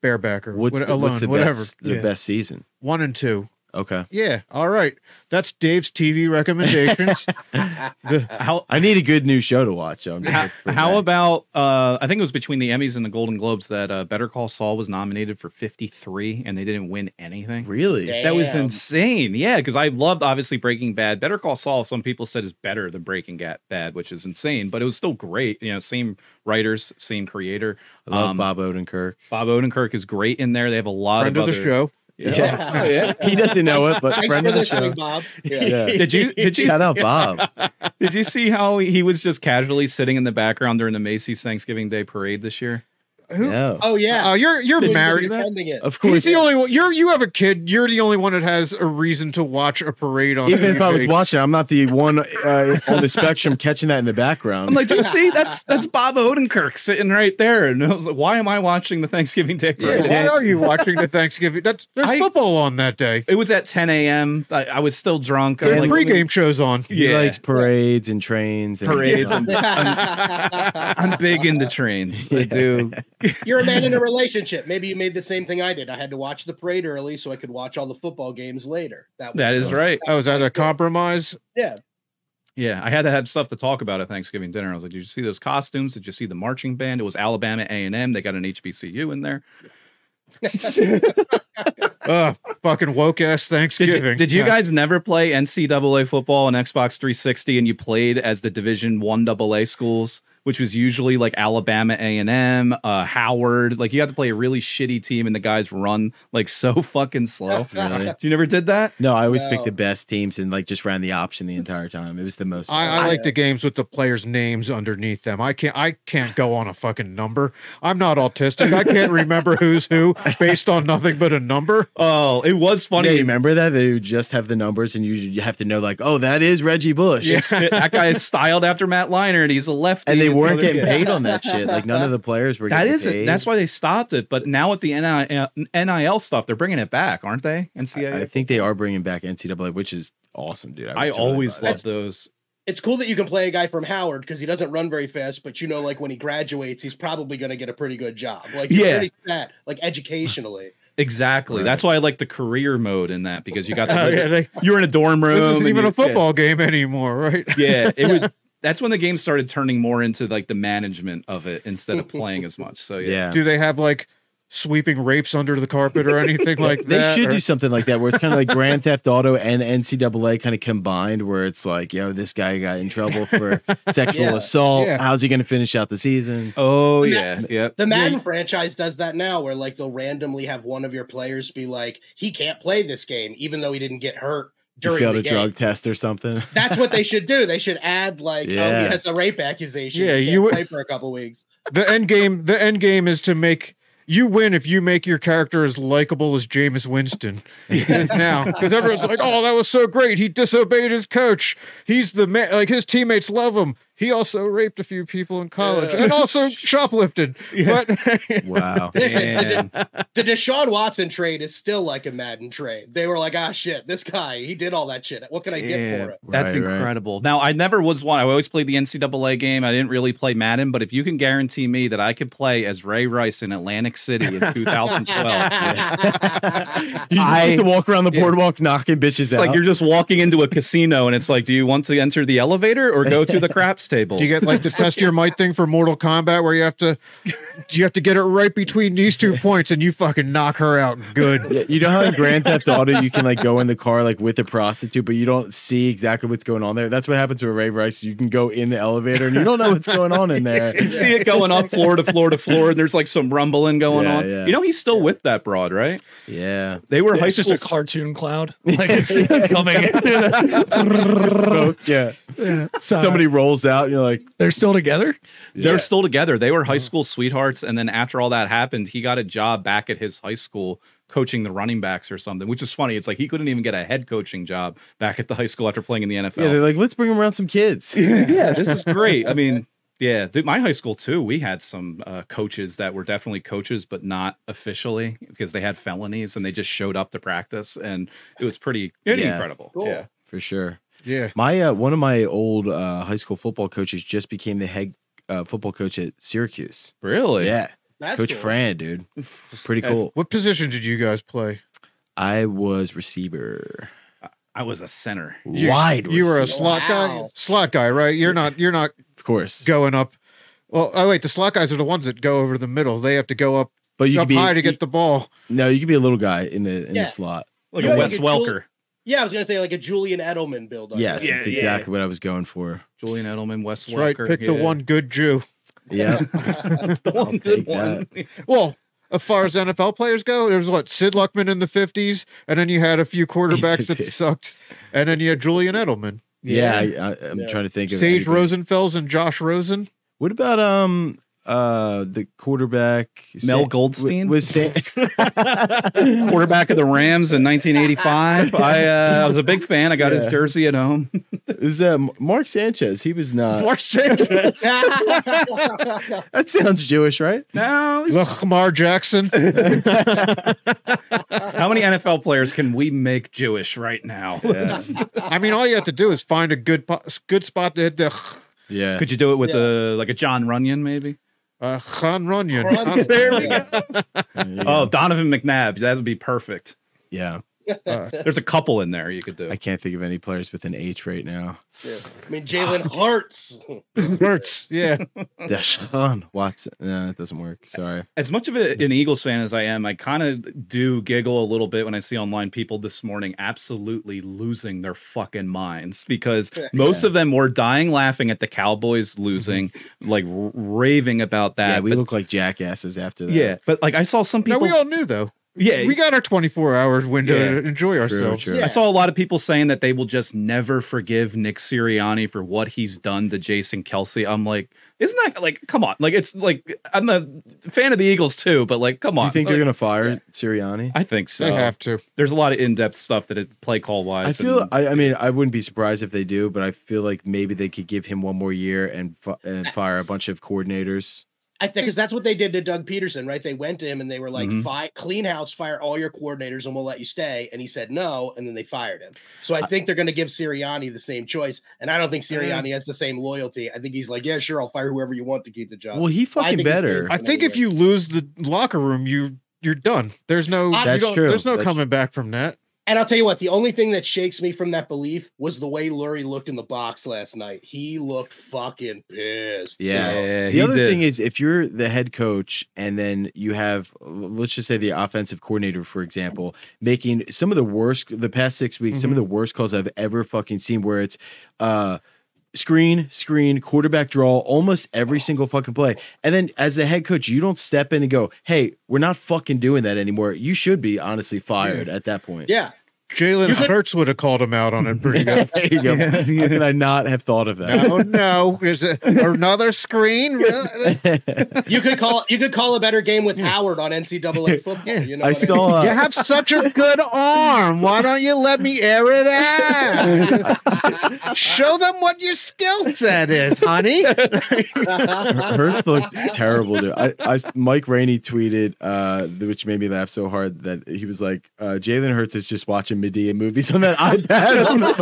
Speaker 5: bareback or
Speaker 8: what's
Speaker 5: what-
Speaker 8: the,
Speaker 5: alone,
Speaker 8: what's the
Speaker 5: whatever.
Speaker 8: best the
Speaker 5: Yeah.
Speaker 8: best season?
Speaker 5: One and two.
Speaker 8: Okay.
Speaker 5: Yeah. All right. That's Dave's TV
Speaker 8: *laughs*
Speaker 5: recommendations.
Speaker 3: How
Speaker 8: I need a good new show to watch. so I'm just
Speaker 3: how,
Speaker 8: looking *laughs* for
Speaker 3: how
Speaker 8: that.
Speaker 3: about uh I think it was between the Emmys and the Golden Globes that uh, Better Call Saul was nominated for 53 and they didn't win anything.
Speaker 8: really?
Speaker 3: That was
Speaker 7: Damn.
Speaker 3: insane. Yeah, because I loved obviously Breaking Bad. Better Call Saul, some people said is better than Breaking Ga- Bad, which is insane, but it was still great. You know, same writers, same creator.
Speaker 8: I love
Speaker 3: Um,
Speaker 8: Bob Odenkirk.
Speaker 3: Bob Odenkirk is great in there. They have a lot
Speaker 5: Friend
Speaker 3: of,
Speaker 5: of the
Speaker 3: other- *laughs*
Speaker 5: show.
Speaker 8: Yeah. *laughs* He doesn't know it,
Speaker 7: *laughs*
Speaker 8: but
Speaker 7: Thanks
Speaker 8: friend
Speaker 7: for
Speaker 8: of the
Speaker 7: listening,
Speaker 8: show.
Speaker 7: Bob.
Speaker 8: Yeah.
Speaker 3: Did you did you
Speaker 8: Shout out Bob.
Speaker 3: did you see how he was just casually sitting in the background during the Macy's Thanksgiving Day parade this year?
Speaker 8: No.
Speaker 7: Oh
Speaker 5: Oh,
Speaker 7: yeah.
Speaker 5: you're you're
Speaker 7: He was
Speaker 5: married.
Speaker 7: attending it.
Speaker 8: Of course.
Speaker 5: He's the only one. You're you have a kid. You're the only one that has a reason to watch a parade on.
Speaker 8: Even if I was
Speaker 5: TV.
Speaker 8: watching, I'm not the one uh, on the spectrum catching that in the background.
Speaker 3: I'm like, do you see that's that's Bob Odenkirk sitting right there? And I was like, why am I watching the Thanksgiving Day
Speaker 5: Yeah,
Speaker 8: *laughs*
Speaker 3: parade?
Speaker 5: why are you watching the Thanksgiving? That's, there's
Speaker 3: I-
Speaker 5: football on that day.
Speaker 3: It was at 10 a.m. I, I was still drunk.
Speaker 5: There's
Speaker 3: I'm like,
Speaker 5: pregame shows on.
Speaker 8: he
Speaker 3: yeah,
Speaker 8: likes parades and trains. And
Speaker 3: parades. And, *laughs*
Speaker 7: *laughs*
Speaker 3: I'm big into trains. I do.
Speaker 7: You're a man in a relationship. Maybe you made the same thing I did. I had to watch the parade early so I could watch all the football games later. That was
Speaker 3: That is right.
Speaker 5: Oh, is that a compromise?
Speaker 7: yeah.
Speaker 3: Yeah, I had to have stuff to talk about at Thanksgiving dinner. I was like, "Did you see those costumes? Did you see the marching band? It was Alabama A and M. They got an HBCU in there.
Speaker 5: Ugh, fucking woke ass
Speaker 3: Did
Speaker 5: Thanksgiving.
Speaker 3: you, did you
Speaker 5: Yeah.
Speaker 3: guys never play NCAA football on Xbox 360 and you played as the Division One AA schools, which was usually like Alabama A and M, uh, Howard. Like you had to play a really shitty team, and the guys run like so fucking slow.
Speaker 8: *laughs* Really?
Speaker 3: you never did that?
Speaker 8: No, I always
Speaker 7: No.
Speaker 8: pick the best teams and like just ran the option the entire time. It was the most.
Speaker 5: I, I like the games with the players' names underneath them. I can't. I can't go on a fucking number. I'm not autistic. I can't remember who's who based on nothing but a number.
Speaker 3: Oh, it was
Speaker 8: Funny,
Speaker 3: funny.
Speaker 8: you remember that they would just have the numbers and you, you have to know like, oh, that is Reggie Bush.
Speaker 3: *laughs* that guy is styled after Matt Liner, and he's a lefty.
Speaker 8: And they
Speaker 3: It's
Speaker 8: weren't
Speaker 3: another
Speaker 8: getting
Speaker 3: kid.
Speaker 8: paid on that shit. Like none of the players were.
Speaker 3: That
Speaker 8: getting
Speaker 3: is it.
Speaker 8: paid.
Speaker 3: That's why they stopped it. But now with the uh, NIL, NIL stuff, they're bringing it back, aren't they?
Speaker 8: I
Speaker 3: NCAA.
Speaker 8: think they are bringing back NCAA, which is awesome, dude.
Speaker 3: I,
Speaker 8: would totally
Speaker 3: always
Speaker 8: buy that.
Speaker 3: love those.
Speaker 7: It's cool that you can play a guy from Howard because he doesn't run very fast, but you know, like when he graduates, he's probably going to get a pretty good job. Like, you're
Speaker 3: Yeah.
Speaker 7: pretty set, like educationally.
Speaker 3: Exactly.
Speaker 8: Right.
Speaker 3: That's why I like the career mode in that because you got
Speaker 5: *laughs* Oh, yeah,
Speaker 3: the,
Speaker 5: they,
Speaker 3: you're in a dorm room.
Speaker 5: this isn't
Speaker 3: and
Speaker 5: even
Speaker 3: you-
Speaker 5: a football game anymore, right?
Speaker 3: *laughs* Yeah, yeah it
Speaker 5: *laughs*
Speaker 3: would. That's when the game started turning more into like the management of it instead of playing as much. So yeah,
Speaker 8: Yeah.
Speaker 5: Do they have like sweeping rapes under the carpet or anything like
Speaker 8: They
Speaker 5: that?
Speaker 8: should
Speaker 5: or-
Speaker 8: do something like that where it's kind of like Grand Theft Auto and NCAA kind of combined, where it's like, yo, this guy got in trouble for sexual
Speaker 7: Yeah.
Speaker 8: assault.
Speaker 5: Yeah.
Speaker 8: How's he going to finish out the season?
Speaker 3: Oh yeah. Yep.
Speaker 7: The Madden franchise does that now, where like they'll randomly have one of your players be like, he can't play this game, even though he didn't get hurt
Speaker 8: You
Speaker 7: during
Speaker 8: failed
Speaker 7: the
Speaker 8: a
Speaker 7: game.
Speaker 8: drug test or something.
Speaker 7: That's what they should do. They should add like, oh,
Speaker 8: Yeah.
Speaker 7: he has a rape accusation.
Speaker 5: Yeah,
Speaker 7: Yeah,
Speaker 5: you
Speaker 7: you
Speaker 5: would-
Speaker 7: play for a couple weeks.
Speaker 5: the end game the end game is to make you win if you make your character as likable as Jameis Winston is now. Because everyone's like, oh, that was so great. He disobeyed his coach. He's the man. Like, his teammates love him. He also raped a few people in college and also shoplifted. But
Speaker 8: Wow.
Speaker 7: Listen, the,
Speaker 3: Man.
Speaker 7: the Deshaun Watson trade is still like a Madden trade. They were like, ah, shit, this guy, he did all that shit. What can I get for it?
Speaker 3: That's
Speaker 8: Right, right.
Speaker 3: incredible. Now, I never was one. I always played the NCAA game. I didn't really play Madden, but if you can guarantee me that I could play as Ray Rice in Atlantic City
Speaker 5: *laughs*
Speaker 3: in
Speaker 7: *laughs*
Speaker 3: 2012,
Speaker 8: *laughs* You just have to walk around the boardwalk knocking bitches
Speaker 3: it's
Speaker 8: out.
Speaker 3: like you're just walking into a casino and it's like, do you want to enter the elevator or go to the craps table?
Speaker 5: do you get like the test your might thing for Mortal Kombat where you have to you have to get it right between these two points and you fucking knock her out good.
Speaker 8: Yeah, you know how in Grand Theft Auto you can like go in the car like with a prostitute, but you don't see exactly what's going on there. That's what happens with Ray Rice. You can go in the elevator and you don't know what's going on in there.
Speaker 3: You see it going up floor to floor to floor, and there's like some rumbling going
Speaker 8: Yeah,
Speaker 3: on.
Speaker 8: yeah.
Speaker 3: You know, he's still with that broad, right?
Speaker 8: *laughs* Yeah, *laughs*
Speaker 3: They were high
Speaker 9: it's just
Speaker 3: school
Speaker 9: a cartoon cloud. Like it's, it's coming.
Speaker 8: Oh, yeah.
Speaker 9: So,
Speaker 8: Somebody rolls out, and you're like,
Speaker 9: they're still together.
Speaker 3: They're still together. They were high school sweethearts, and then after all that happened, he got a job back at his high school coaching the running backs or something, which is funny. It's like he couldn't even get a head coaching job back at the high school after playing in the
Speaker 8: yeah, they're
Speaker 3: NFL.
Speaker 8: like, let's bring him around some kids.
Speaker 3: Yeah, this
Speaker 8: *laughs*
Speaker 3: is great. I mean, yeah, dude, my high school too. We had some uh, coaches that were definitely coaches, but not officially because they had felonies and they just showed up to practice, and it was pretty, pretty
Speaker 8: Yeah.
Speaker 3: incredible.
Speaker 7: Cool.
Speaker 3: Yeah,
Speaker 8: For sure.
Speaker 5: Yeah.
Speaker 8: My uh, one of my old uh, high school football coaches just became the head uh, football coach at Syracuse.
Speaker 3: really.
Speaker 8: Yeah,
Speaker 7: That's
Speaker 8: Coach
Speaker 7: cool.
Speaker 8: Fran, dude, pretty cool.
Speaker 5: What position did you guys play?
Speaker 8: I was receiver.
Speaker 3: I was a center.
Speaker 5: You-
Speaker 8: Wide.
Speaker 5: You were a
Speaker 8: receiver.
Speaker 5: slot guy.
Speaker 7: Wow.
Speaker 5: Slot guy, right? You're not. You're not
Speaker 8: of course,
Speaker 5: going up. Well, oh wait, the slot guys are the ones that go over the middle. They have to go up
Speaker 8: but you
Speaker 5: up
Speaker 8: could be
Speaker 5: high to get
Speaker 8: you-
Speaker 5: the ball.
Speaker 8: no. You could be a little guy in the in
Speaker 7: Yeah.
Speaker 8: the slot.
Speaker 3: Like
Speaker 7: Yeah,
Speaker 3: a Wes
Speaker 7: like a
Speaker 3: Welker.
Speaker 7: Yeah, I was gonna say like a Julian Edelman build.
Speaker 8: Yes, that's
Speaker 3: yeah.
Speaker 8: exactly what I was going for.
Speaker 3: Julian Edelman, Wes
Speaker 5: That's right.
Speaker 3: Welker.
Speaker 5: Pick the
Speaker 3: yeah.
Speaker 5: one good Jew.
Speaker 7: *laughs*
Speaker 8: Yeah,
Speaker 3: the one good
Speaker 8: take
Speaker 3: one.
Speaker 5: Well, as far as NFL players go, there's what Sid Luckman in the '50s, and then you had a few quarterbacks *laughs* that sucked, and then you had Julian Edelman,
Speaker 8: yeah. I, I, I'm
Speaker 7: Yeah.
Speaker 8: trying to think of
Speaker 5: Sage
Speaker 8: anybody.
Speaker 5: Rosenfels, and Josh Rosen.
Speaker 8: What about um uh the quarterback
Speaker 3: Mel
Speaker 8: Sa-
Speaker 3: Goldstein?
Speaker 8: Was *laughs* Sam?
Speaker 3: *laughs* quarterback of the Rams in 1985. I, uh, I was a big fan. I got
Speaker 8: Yeah.
Speaker 3: his jersey at home.
Speaker 8: was uh, Mark Sanchez? He was not.
Speaker 5: Mark Sanchez,
Speaker 8: That sounds Jewish, right?
Speaker 3: Now,
Speaker 5: *laughs* Lamar Jackson.
Speaker 3: how many NFL players can we make Jewish right now?
Speaker 5: *laughs* I mean, all you have to do is find a good po- good spot to hit the
Speaker 8: Yeah.
Speaker 3: Could you do it with
Speaker 7: Yeah.
Speaker 3: a like a John Runyon maybe?
Speaker 5: uh, Han Runyon.
Speaker 7: there we go.
Speaker 3: Oh, Donovan McNabb. That would be
Speaker 8: *laughs*
Speaker 3: perfect.
Speaker 8: yeah.
Speaker 3: There's a couple in there you could do.
Speaker 8: I can't think of any players with an H right now. *laughs*
Speaker 7: I mean, Jalen Hurts.
Speaker 5: Hurts. *laughs* Yeah.
Speaker 8: Deshaun Watson. No, that doesn't work. Sorry.
Speaker 3: As much of a, an Eagles fan as I am, I kind of do giggle a little bit when I see online people this morning absolutely losing their fucking minds
Speaker 8: *laughs*
Speaker 3: because most of them were dying laughing at the Cowboys losing, like r- raving about that.
Speaker 8: Mm-hmm. yeah, we
Speaker 3: but-
Speaker 8: look like jackasses after that.
Speaker 3: yeah, but like I saw some
Speaker 5: Now
Speaker 3: people.
Speaker 5: we all knew though.
Speaker 3: yeah,
Speaker 5: We got our 24 hour window
Speaker 3: Yeah.
Speaker 5: to enjoy ourselves.
Speaker 8: true.
Speaker 3: I
Speaker 7: Yeah.
Speaker 3: saw a lot of people saying that they will just never forgive Nick Sirianni for what he's done to Jason Kelsey. I'm like, isn't that like, come on, like it's like I'm a fan of the Eagles too, but like, come
Speaker 8: Do
Speaker 3: on.
Speaker 8: you think
Speaker 3: like,
Speaker 8: they're gonna fire Sirianni?
Speaker 3: I think so.
Speaker 5: They have to.
Speaker 3: There's a lot of in-depth stuff that it play call wise.
Speaker 8: I feel.
Speaker 3: and-
Speaker 8: I, I mean, I wouldn't be surprised if they do, but I feel like maybe they could give him one more year and fi- and fire a bunch of coordinators.
Speaker 7: I think because that's what they did to Doug Peterson, right? They went to him and they were like,
Speaker 8: Mm-hmm.
Speaker 3: Mhm.
Speaker 7: "Fi- clean house, fire all your coordinators, and we'll let you stay." And he said no, and then they fired him. So I think they're going to give Sirianni the same choice, and I don't think Sirianni has the same loyalty. I think he's like, "Yeah, sure, I'll fire whoever you want to keep the job."
Speaker 8: Well, he fucking
Speaker 7: think it's
Speaker 8: better.
Speaker 7: good.
Speaker 5: I think if you lose the locker room, you you're done. There's no
Speaker 7: That's
Speaker 5: you don't-
Speaker 8: true.
Speaker 5: There's no
Speaker 8: That's-
Speaker 5: coming back from that.
Speaker 7: And I'll tell you what, the only thing that shakes me from that belief was the way Lurie looked in the box last night. He looked fucking pissed.
Speaker 8: Yeah.
Speaker 7: So-
Speaker 3: yeah,
Speaker 8: the
Speaker 3: he
Speaker 8: other
Speaker 3: did.
Speaker 8: thing is if you're the head coach and then you have let's just say the offensive coordinator for example making some of the worst the past six weeks some of the worst calls i've ever fucking seen where it's uh screen screen quarterback draw almost every single fucking play and then as the head coach you don't step in and go hey we're not fucking doing that anymore you should be honestly fired at that point
Speaker 7: Yeah.
Speaker 5: Jalen Hurts would have called him out on it pretty good.
Speaker 8: *laughs* there you go how could i not have thought of that
Speaker 5: oh *laughs* no, there's a, another *laughs* screen. Really?
Speaker 7: You could call you could call a better game with Howard on NCAA
Speaker 8: *laughs*
Speaker 7: football. You know
Speaker 8: i
Speaker 7: what mean?
Speaker 5: *laughs*
Speaker 8: saw uh,
Speaker 5: You have such a good arm. Why don't you let me air it out? Show them what your skill set is, *laughs* honey. *laughs*
Speaker 8: Hurst looked terrible, dude. I, I, Mike Rainey tweeted, uh, which made me laugh so hard that he was like, uh, Jalen Hurts is just watching Medea movies
Speaker 5: *laughs*
Speaker 8: on that iPad. *laughs* on the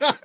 Speaker 8: fucking side."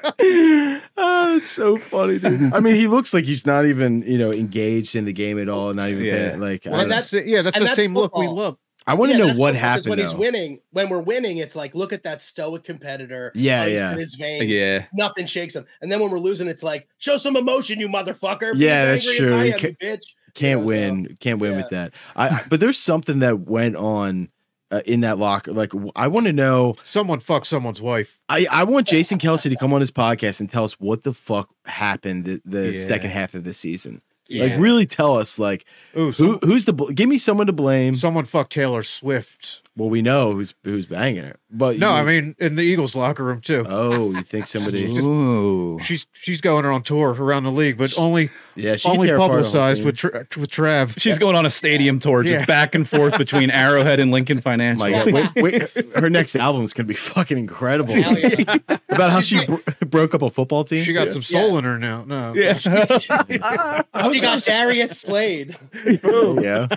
Speaker 8: oh, it's *laughs* so funny, dude. I mean, he looks like he's not even, you know, engaged in the game at all. Not even
Speaker 3: Yeah.
Speaker 8: paying, like, I,
Speaker 5: Well,
Speaker 8: don't know.
Speaker 5: that's the, yeah, that's
Speaker 7: and
Speaker 5: the
Speaker 7: that's
Speaker 5: same look we
Speaker 7: football.
Speaker 5: love.
Speaker 8: I want
Speaker 7: Yeah,
Speaker 8: to know
Speaker 7: that's
Speaker 8: what
Speaker 7: because
Speaker 8: happened.
Speaker 7: When he's
Speaker 8: though.
Speaker 7: winning, when we're winning, it's like, look at that stoic competitor.
Speaker 8: Yeah,
Speaker 7: Oh, he's
Speaker 8: yeah.
Speaker 7: in His veins.
Speaker 3: yeah.
Speaker 7: Nothing shakes him. And then when we're losing, it's like, show some emotion, you motherfucker.
Speaker 8: Yeah,
Speaker 7: as
Speaker 8: that's
Speaker 7: angry as
Speaker 8: true.
Speaker 7: I
Speaker 8: You
Speaker 7: am,
Speaker 8: ca-
Speaker 7: you bitch.
Speaker 8: *laughs* can't
Speaker 7: know, so-
Speaker 8: win can't win with that i but there's something that went on uh, in that locker like i want to know
Speaker 5: Someone fucked someone's wife.
Speaker 8: I, I want Jason Kelsey to come on his podcast and tell us what the fuck happened the, the
Speaker 3: Yeah.
Speaker 8: second half of the season.
Speaker 7: Yeah.
Speaker 8: Like really tell us like
Speaker 5: Ooh,
Speaker 8: who who's the bl- give me someone to blame.
Speaker 5: someone fucked Taylor Swift.
Speaker 8: well, we know who's who's banging it, but
Speaker 5: No,
Speaker 8: you-
Speaker 5: I mean in the Eagles locker room too.
Speaker 8: oh, you think somebody?
Speaker 3: Ooh.
Speaker 5: She's she's going on tour around the league, but only
Speaker 8: Yeah, she could
Speaker 5: only
Speaker 8: tear apart a whole
Speaker 5: publicized
Speaker 8: team.
Speaker 5: with tra- with Trav.
Speaker 3: She's going on a stadium tour, just
Speaker 5: Yeah.
Speaker 3: back and forth between Arrowhead and Lincoln Financial.
Speaker 8: My God,
Speaker 9: *laughs*
Speaker 8: wait, wait, her next album's gonna be
Speaker 5: *laughs*
Speaker 8: fucking incredible
Speaker 7: Hell
Speaker 8: *laughs*
Speaker 7: yeah.
Speaker 8: about how she bro- broke up a football team.
Speaker 5: She got
Speaker 8: Yeah.
Speaker 5: some soul in her now. No,
Speaker 3: Yeah.
Speaker 7: she got Darius Slade.
Speaker 8: yeah.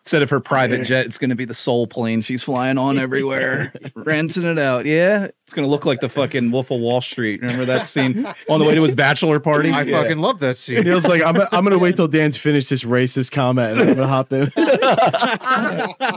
Speaker 3: Instead of her private jet, it's going to be the soul plane she's flying
Speaker 8: *laughs*
Speaker 3: on everywhere, renting it out. Yeah, it's going to look like the fucking Wolf of Wall Street. Remember that scene on the way to his bachelor party?
Speaker 5: I
Speaker 3: Yeah.
Speaker 5: fucking love that scene.
Speaker 10: Neil's like, I'm, I'm gonna wait till Dan's finished this racist comment and I'm gonna hop in.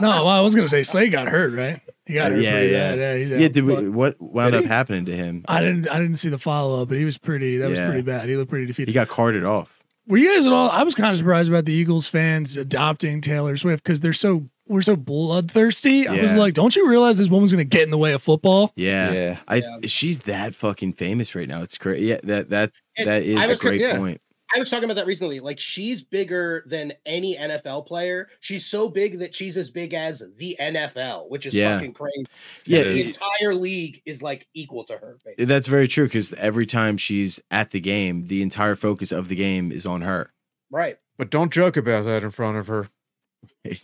Speaker 9: No, well, I was gonna say Slay got hurt, right? He got hurt.
Speaker 8: Uh, yeah,
Speaker 9: pretty
Speaker 8: yeah.
Speaker 9: bad. yeah. he's
Speaker 8: yeah.
Speaker 9: out.
Speaker 8: did
Speaker 9: But
Speaker 8: we, what wound
Speaker 9: Did
Speaker 8: up
Speaker 9: he?
Speaker 8: happening to him?
Speaker 9: I didn't. I didn't see the follow up, but he was pretty. That was
Speaker 8: Yeah.
Speaker 9: pretty bad. He looked pretty defeated.
Speaker 8: He got carted off.
Speaker 9: Were you guys at all? I was kind of surprised about the Eagles fans adopting Taylor Swift because they're so we're so bloodthirsty. I was
Speaker 8: Yeah.
Speaker 9: like, don't you realize this woman's gonna get in the way of football?
Speaker 8: Yeah.
Speaker 3: Yeah.
Speaker 8: I she's that fucking famous right now. It's crazy. Yeah, that that
Speaker 7: And
Speaker 8: that is
Speaker 7: I
Speaker 8: a
Speaker 7: was-
Speaker 8: great
Speaker 5: yeah.
Speaker 8: point.
Speaker 7: I was talking about that recently. Like she's bigger than any NFL player. She's so big that she's as big as the NFL, which is
Speaker 8: Yeah.
Speaker 7: fucking crazy.
Speaker 8: Yeah,
Speaker 7: the
Speaker 8: it-
Speaker 7: entire league is like equal to her. Basically.
Speaker 8: that's very true because every time she's at the game, the entire focus of the game is on her. *laughs*
Speaker 7: Right.
Speaker 5: But don't joke about that in front of her.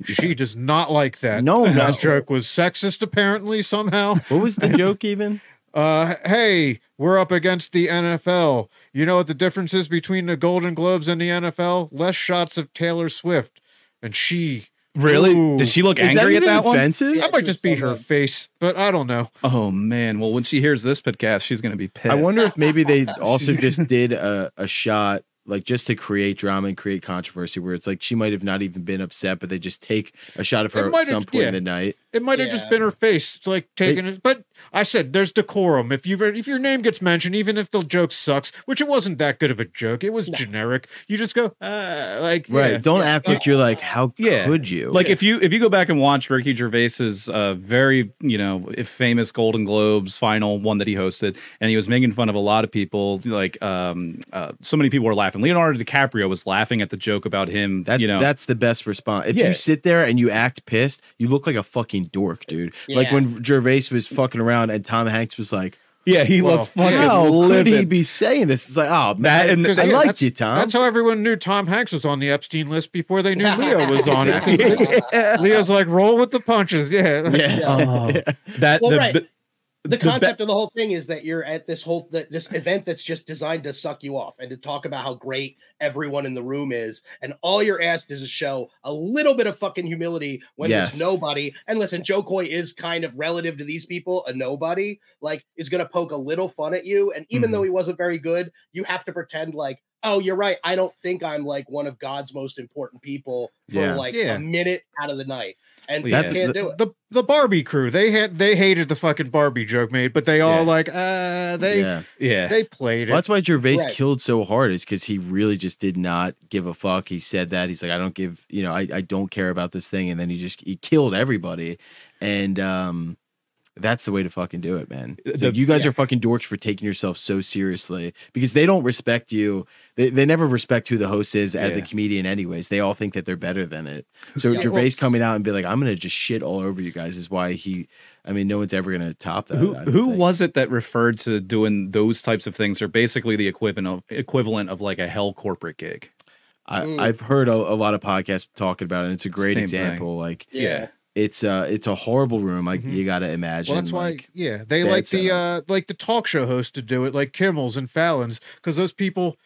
Speaker 5: She does not like that. *laughs*
Speaker 8: No, no.
Speaker 5: That joke was sexist, apparently, somehow.
Speaker 8: What was *laughs* the joke even?
Speaker 5: Uh, hey, we're up against the NFL. You know what the difference is between the Golden Globes and the NFL? Less shots of Taylor Swift. And she,
Speaker 3: Really?
Speaker 5: Ooh.
Speaker 3: Did she look
Speaker 8: Is
Speaker 3: angry
Speaker 8: even
Speaker 3: at that one?
Speaker 8: offensive?
Speaker 5: that might just be her face, but I don't know.
Speaker 3: Oh man! Well, when she hears this podcast, she's going to be pissed.
Speaker 8: I wonder if maybe they also just did a, a shot like just to create drama and create controversy where it's like she might have not even been upset, but they just take a shot of
Speaker 5: It
Speaker 8: her
Speaker 5: might
Speaker 8: at
Speaker 5: have-
Speaker 8: some point
Speaker 5: yeah.
Speaker 8: in the night.
Speaker 5: It might have just
Speaker 7: Yeah.
Speaker 5: been her face, it's like taking it. But I said, there's decorum. If you if your name gets mentioned, even if the joke sucks, which it wasn't that good of a joke, it was generic. You just go, uh, like,
Speaker 8: Right.
Speaker 5: yeah.
Speaker 8: Don't act like you're like, how
Speaker 3: Yeah.
Speaker 8: could you?
Speaker 3: like if you if you go back and watch Ricky Gervais's uh, very you know if famous Golden Globes final one that he hosted, and he was making fun of a lot of people. Like um, uh, so many people were laughing. Leonardo DiCaprio was laughing at the joke about him.
Speaker 8: That's
Speaker 3: you know,
Speaker 8: that's the best response. If
Speaker 3: Yeah. Uh,
Speaker 8: you sit there and you act pissed, you look like a fucking dork, dude. Like
Speaker 7: Yeah.
Speaker 8: when Gervais was fucking around and Tom Hanks was like,
Speaker 3: yeah, he
Speaker 5: Well,
Speaker 3: looked fucking
Speaker 8: "How could he
Speaker 3: livid.
Speaker 8: be saying this?" It's like,
Speaker 3: That
Speaker 8: "Oh man,
Speaker 3: and-
Speaker 8: I
Speaker 5: yeah,
Speaker 8: liked
Speaker 5: that's-
Speaker 8: you, Tom."
Speaker 5: That's how everyone knew Tom Hanks was on the Epstein list before they
Speaker 8: *laughs*
Speaker 5: knew Leo was on it.
Speaker 8: yeah.
Speaker 5: *laughs* Leo's like, roll with the punches. Yeah.
Speaker 3: Oh, that
Speaker 7: Well,
Speaker 3: the,
Speaker 7: right.
Speaker 3: the-
Speaker 7: The
Speaker 3: the ba-
Speaker 7: concept of the whole thing is that you're at this whole th- this event that's just designed to suck you off and to talk about how great everyone in the room is, and all you're asked is to show a little bit of fucking humility when
Speaker 8: Yes.
Speaker 7: there's nobody. And listen, Joe Coy is kind of relative to these people, a nobody. Like is going to poke a little fun at you, and even though he wasn't very good, you have to pretend like, oh, you're right. I don't think I'm like one of God's most important people for
Speaker 8: Yeah.
Speaker 7: like
Speaker 5: Yeah.
Speaker 7: a minute out of the night, and
Speaker 3: Well,
Speaker 7: you
Speaker 8: that's-
Speaker 7: can't do it.
Speaker 5: The the Barbie crew, they had they hated the fucking Barbie joke made, but they all
Speaker 8: Yeah.
Speaker 5: like uh they
Speaker 8: Yeah.
Speaker 3: yeah.
Speaker 5: they played it.
Speaker 8: Well, that's why Gervais
Speaker 7: Right.
Speaker 8: killed so hard is because he really just did not give a fuck. He said that he's like, I don't give, you know, I, I don't care about this thing, and then he just he killed everybody, and um, that's the way to fucking do it, man. It's
Speaker 3: The-
Speaker 8: like, you guys are fucking dorks for taking yourself so seriously because they don't respect you. They they never respect who the host is as a
Speaker 3: Yeah.
Speaker 8: comedian, anyways. They all think that they're better than it. So
Speaker 7: Yeah.
Speaker 8: Gervais coming out and be like, I'm gonna just shit all over you guys is why he. I mean, no one's ever gonna top that.
Speaker 3: who
Speaker 8: I don't
Speaker 3: who
Speaker 8: think.
Speaker 3: was it that referred to doing those types of things are basically the equivalent of equivalent of like a hell corporate gig.
Speaker 8: I,
Speaker 7: Mm.
Speaker 8: I've heard a, a lot of podcasts talking about it. And it's a great
Speaker 3: Same
Speaker 8: example. Like
Speaker 3: Yeah.
Speaker 8: it's uh it's a horrible room. Like
Speaker 5: Mhm.
Speaker 8: you got to imagine.
Speaker 5: Well, that's why,
Speaker 8: like,
Speaker 5: yeah, they
Speaker 8: bad
Speaker 5: like the uh
Speaker 8: setup.
Speaker 5: like the talk show hosts to do it, like Kimmel's and Fallon's, because those people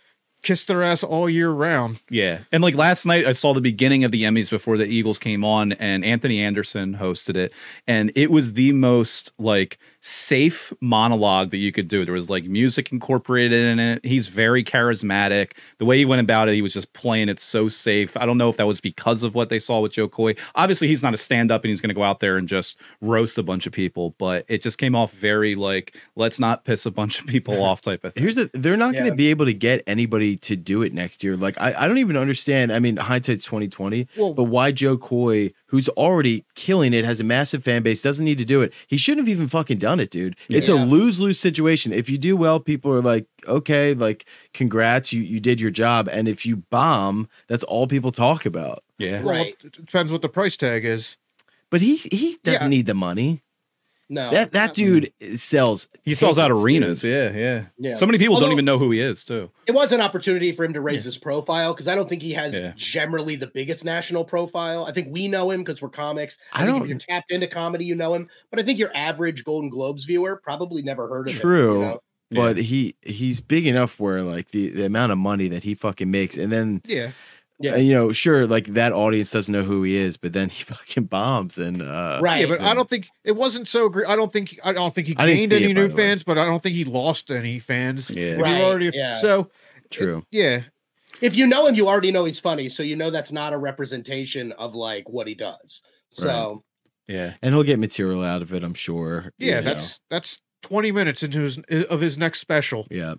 Speaker 5: kiss their ass all year round.
Speaker 3: Yeah. And like last night, I saw the beginning of the Emmys before the Eagles came on, and Anthony Anderson hosted it. And it was the most like safe monologue that you could do. There was like music incorporated in it. He's very charismatic. The way he went about it, he was just playing it so safe. I don't know if that was because of what they saw with Joe Coy. Obviously, he's not a stand up and he's going to go out there and just roast a bunch of people, but it just came off very like, let's not piss a bunch of people off type of thing.
Speaker 8: Here's the they're not going
Speaker 7: Yeah.
Speaker 8: to be able to get anybody to do it next year. Like I, I don't even understand. I mean, hindsight's twenty twenty.
Speaker 5: Well-
Speaker 8: But why Joe Coy, who's already killing it, has a massive fan base, doesn't need to do it. He shouldn't have even fucking done it, dude. It's a
Speaker 7: Yeah.
Speaker 8: lose lose situation. If you do well, people are like, okay, like congrats, you you did your job. And if you bomb, that's all people talk about.
Speaker 3: yeah.
Speaker 5: *laughs* Well,
Speaker 7: Right.
Speaker 5: it depends what the price tag is.
Speaker 8: But he he doesn't
Speaker 5: Yeah. Oh,
Speaker 8: need the money.
Speaker 7: No,
Speaker 8: That that dude sells.
Speaker 3: He sells out
Speaker 8: tickets,
Speaker 3: arenas.
Speaker 8: dude.
Speaker 3: Yeah, yeah,
Speaker 7: Yeah.
Speaker 3: So many people don't
Speaker 7: Although-
Speaker 3: even know who he is, too.
Speaker 7: it was an opportunity for him to raise his profile because I don't think he has
Speaker 3: Yeah.
Speaker 7: generally the biggest national profile. I think we know him because we're comics.
Speaker 8: I
Speaker 7: think
Speaker 8: don't-
Speaker 7: if you're tapped into comedy, you know him. But I think your average Golden Globes viewer probably never heard of him, you
Speaker 8: True.
Speaker 7: know?
Speaker 8: But he he's big enough where like the, the amount of money that he fucking makes, and then
Speaker 5: Yeah.
Speaker 7: Yeah.
Speaker 8: And, you know, sure, like that audience doesn't know who he is, but then *laughs* he fucking bombs and uh
Speaker 7: Right.
Speaker 5: Yeah, but I don't think it wasn't so. Gre- I don't think I don't think he
Speaker 8: I didn't
Speaker 5: gained
Speaker 8: see
Speaker 5: any
Speaker 8: it, by
Speaker 5: new
Speaker 8: the way.
Speaker 5: fans, but I don't think he lost any fans.
Speaker 8: Yeah.
Speaker 5: If you
Speaker 7: Right,
Speaker 5: already-
Speaker 7: yeah.
Speaker 5: So
Speaker 8: True.
Speaker 5: yeah,
Speaker 7: if you know him, you already know he's funny, so you know that's not a representation of like what he does. So
Speaker 8: Yeah. And he'll get material out of it, I'm sure. you
Speaker 5: yeah,
Speaker 8: know.
Speaker 5: that's that's twenty minutes into his of his next special.
Speaker 8: yeah.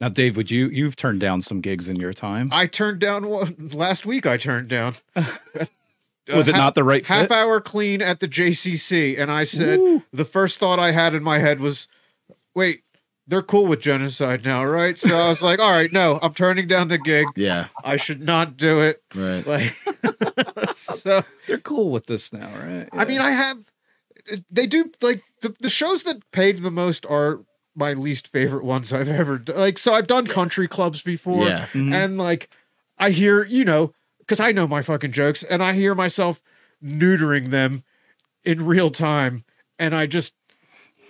Speaker 3: Now, Dave, would you you've turned down some gigs in your time?
Speaker 5: I turned down one *laughs* last week. I turned down. *laughs*
Speaker 3: Was it
Speaker 5: half-
Speaker 3: not the right
Speaker 5: half
Speaker 3: fit?
Speaker 5: hour clean at the JCC? And I said the first thought I had in my head was, wait, they're cool with genocide now, right? So I was like, all right, no, I'm turning down the gig.
Speaker 8: Yeah.
Speaker 5: I should not do it.
Speaker 8: Right.
Speaker 5: Like, *laughs* so
Speaker 3: They're cool with this now, right?
Speaker 5: I mean, I have. They do like the the shows that paid the most are my least favorite ones I've ever done. Like, so I've done country clubs before,
Speaker 8: Yeah.
Speaker 3: Mhm.
Speaker 5: and like I hear you know because I know my fucking jokes, and I hear myself neutering them in real time, and I just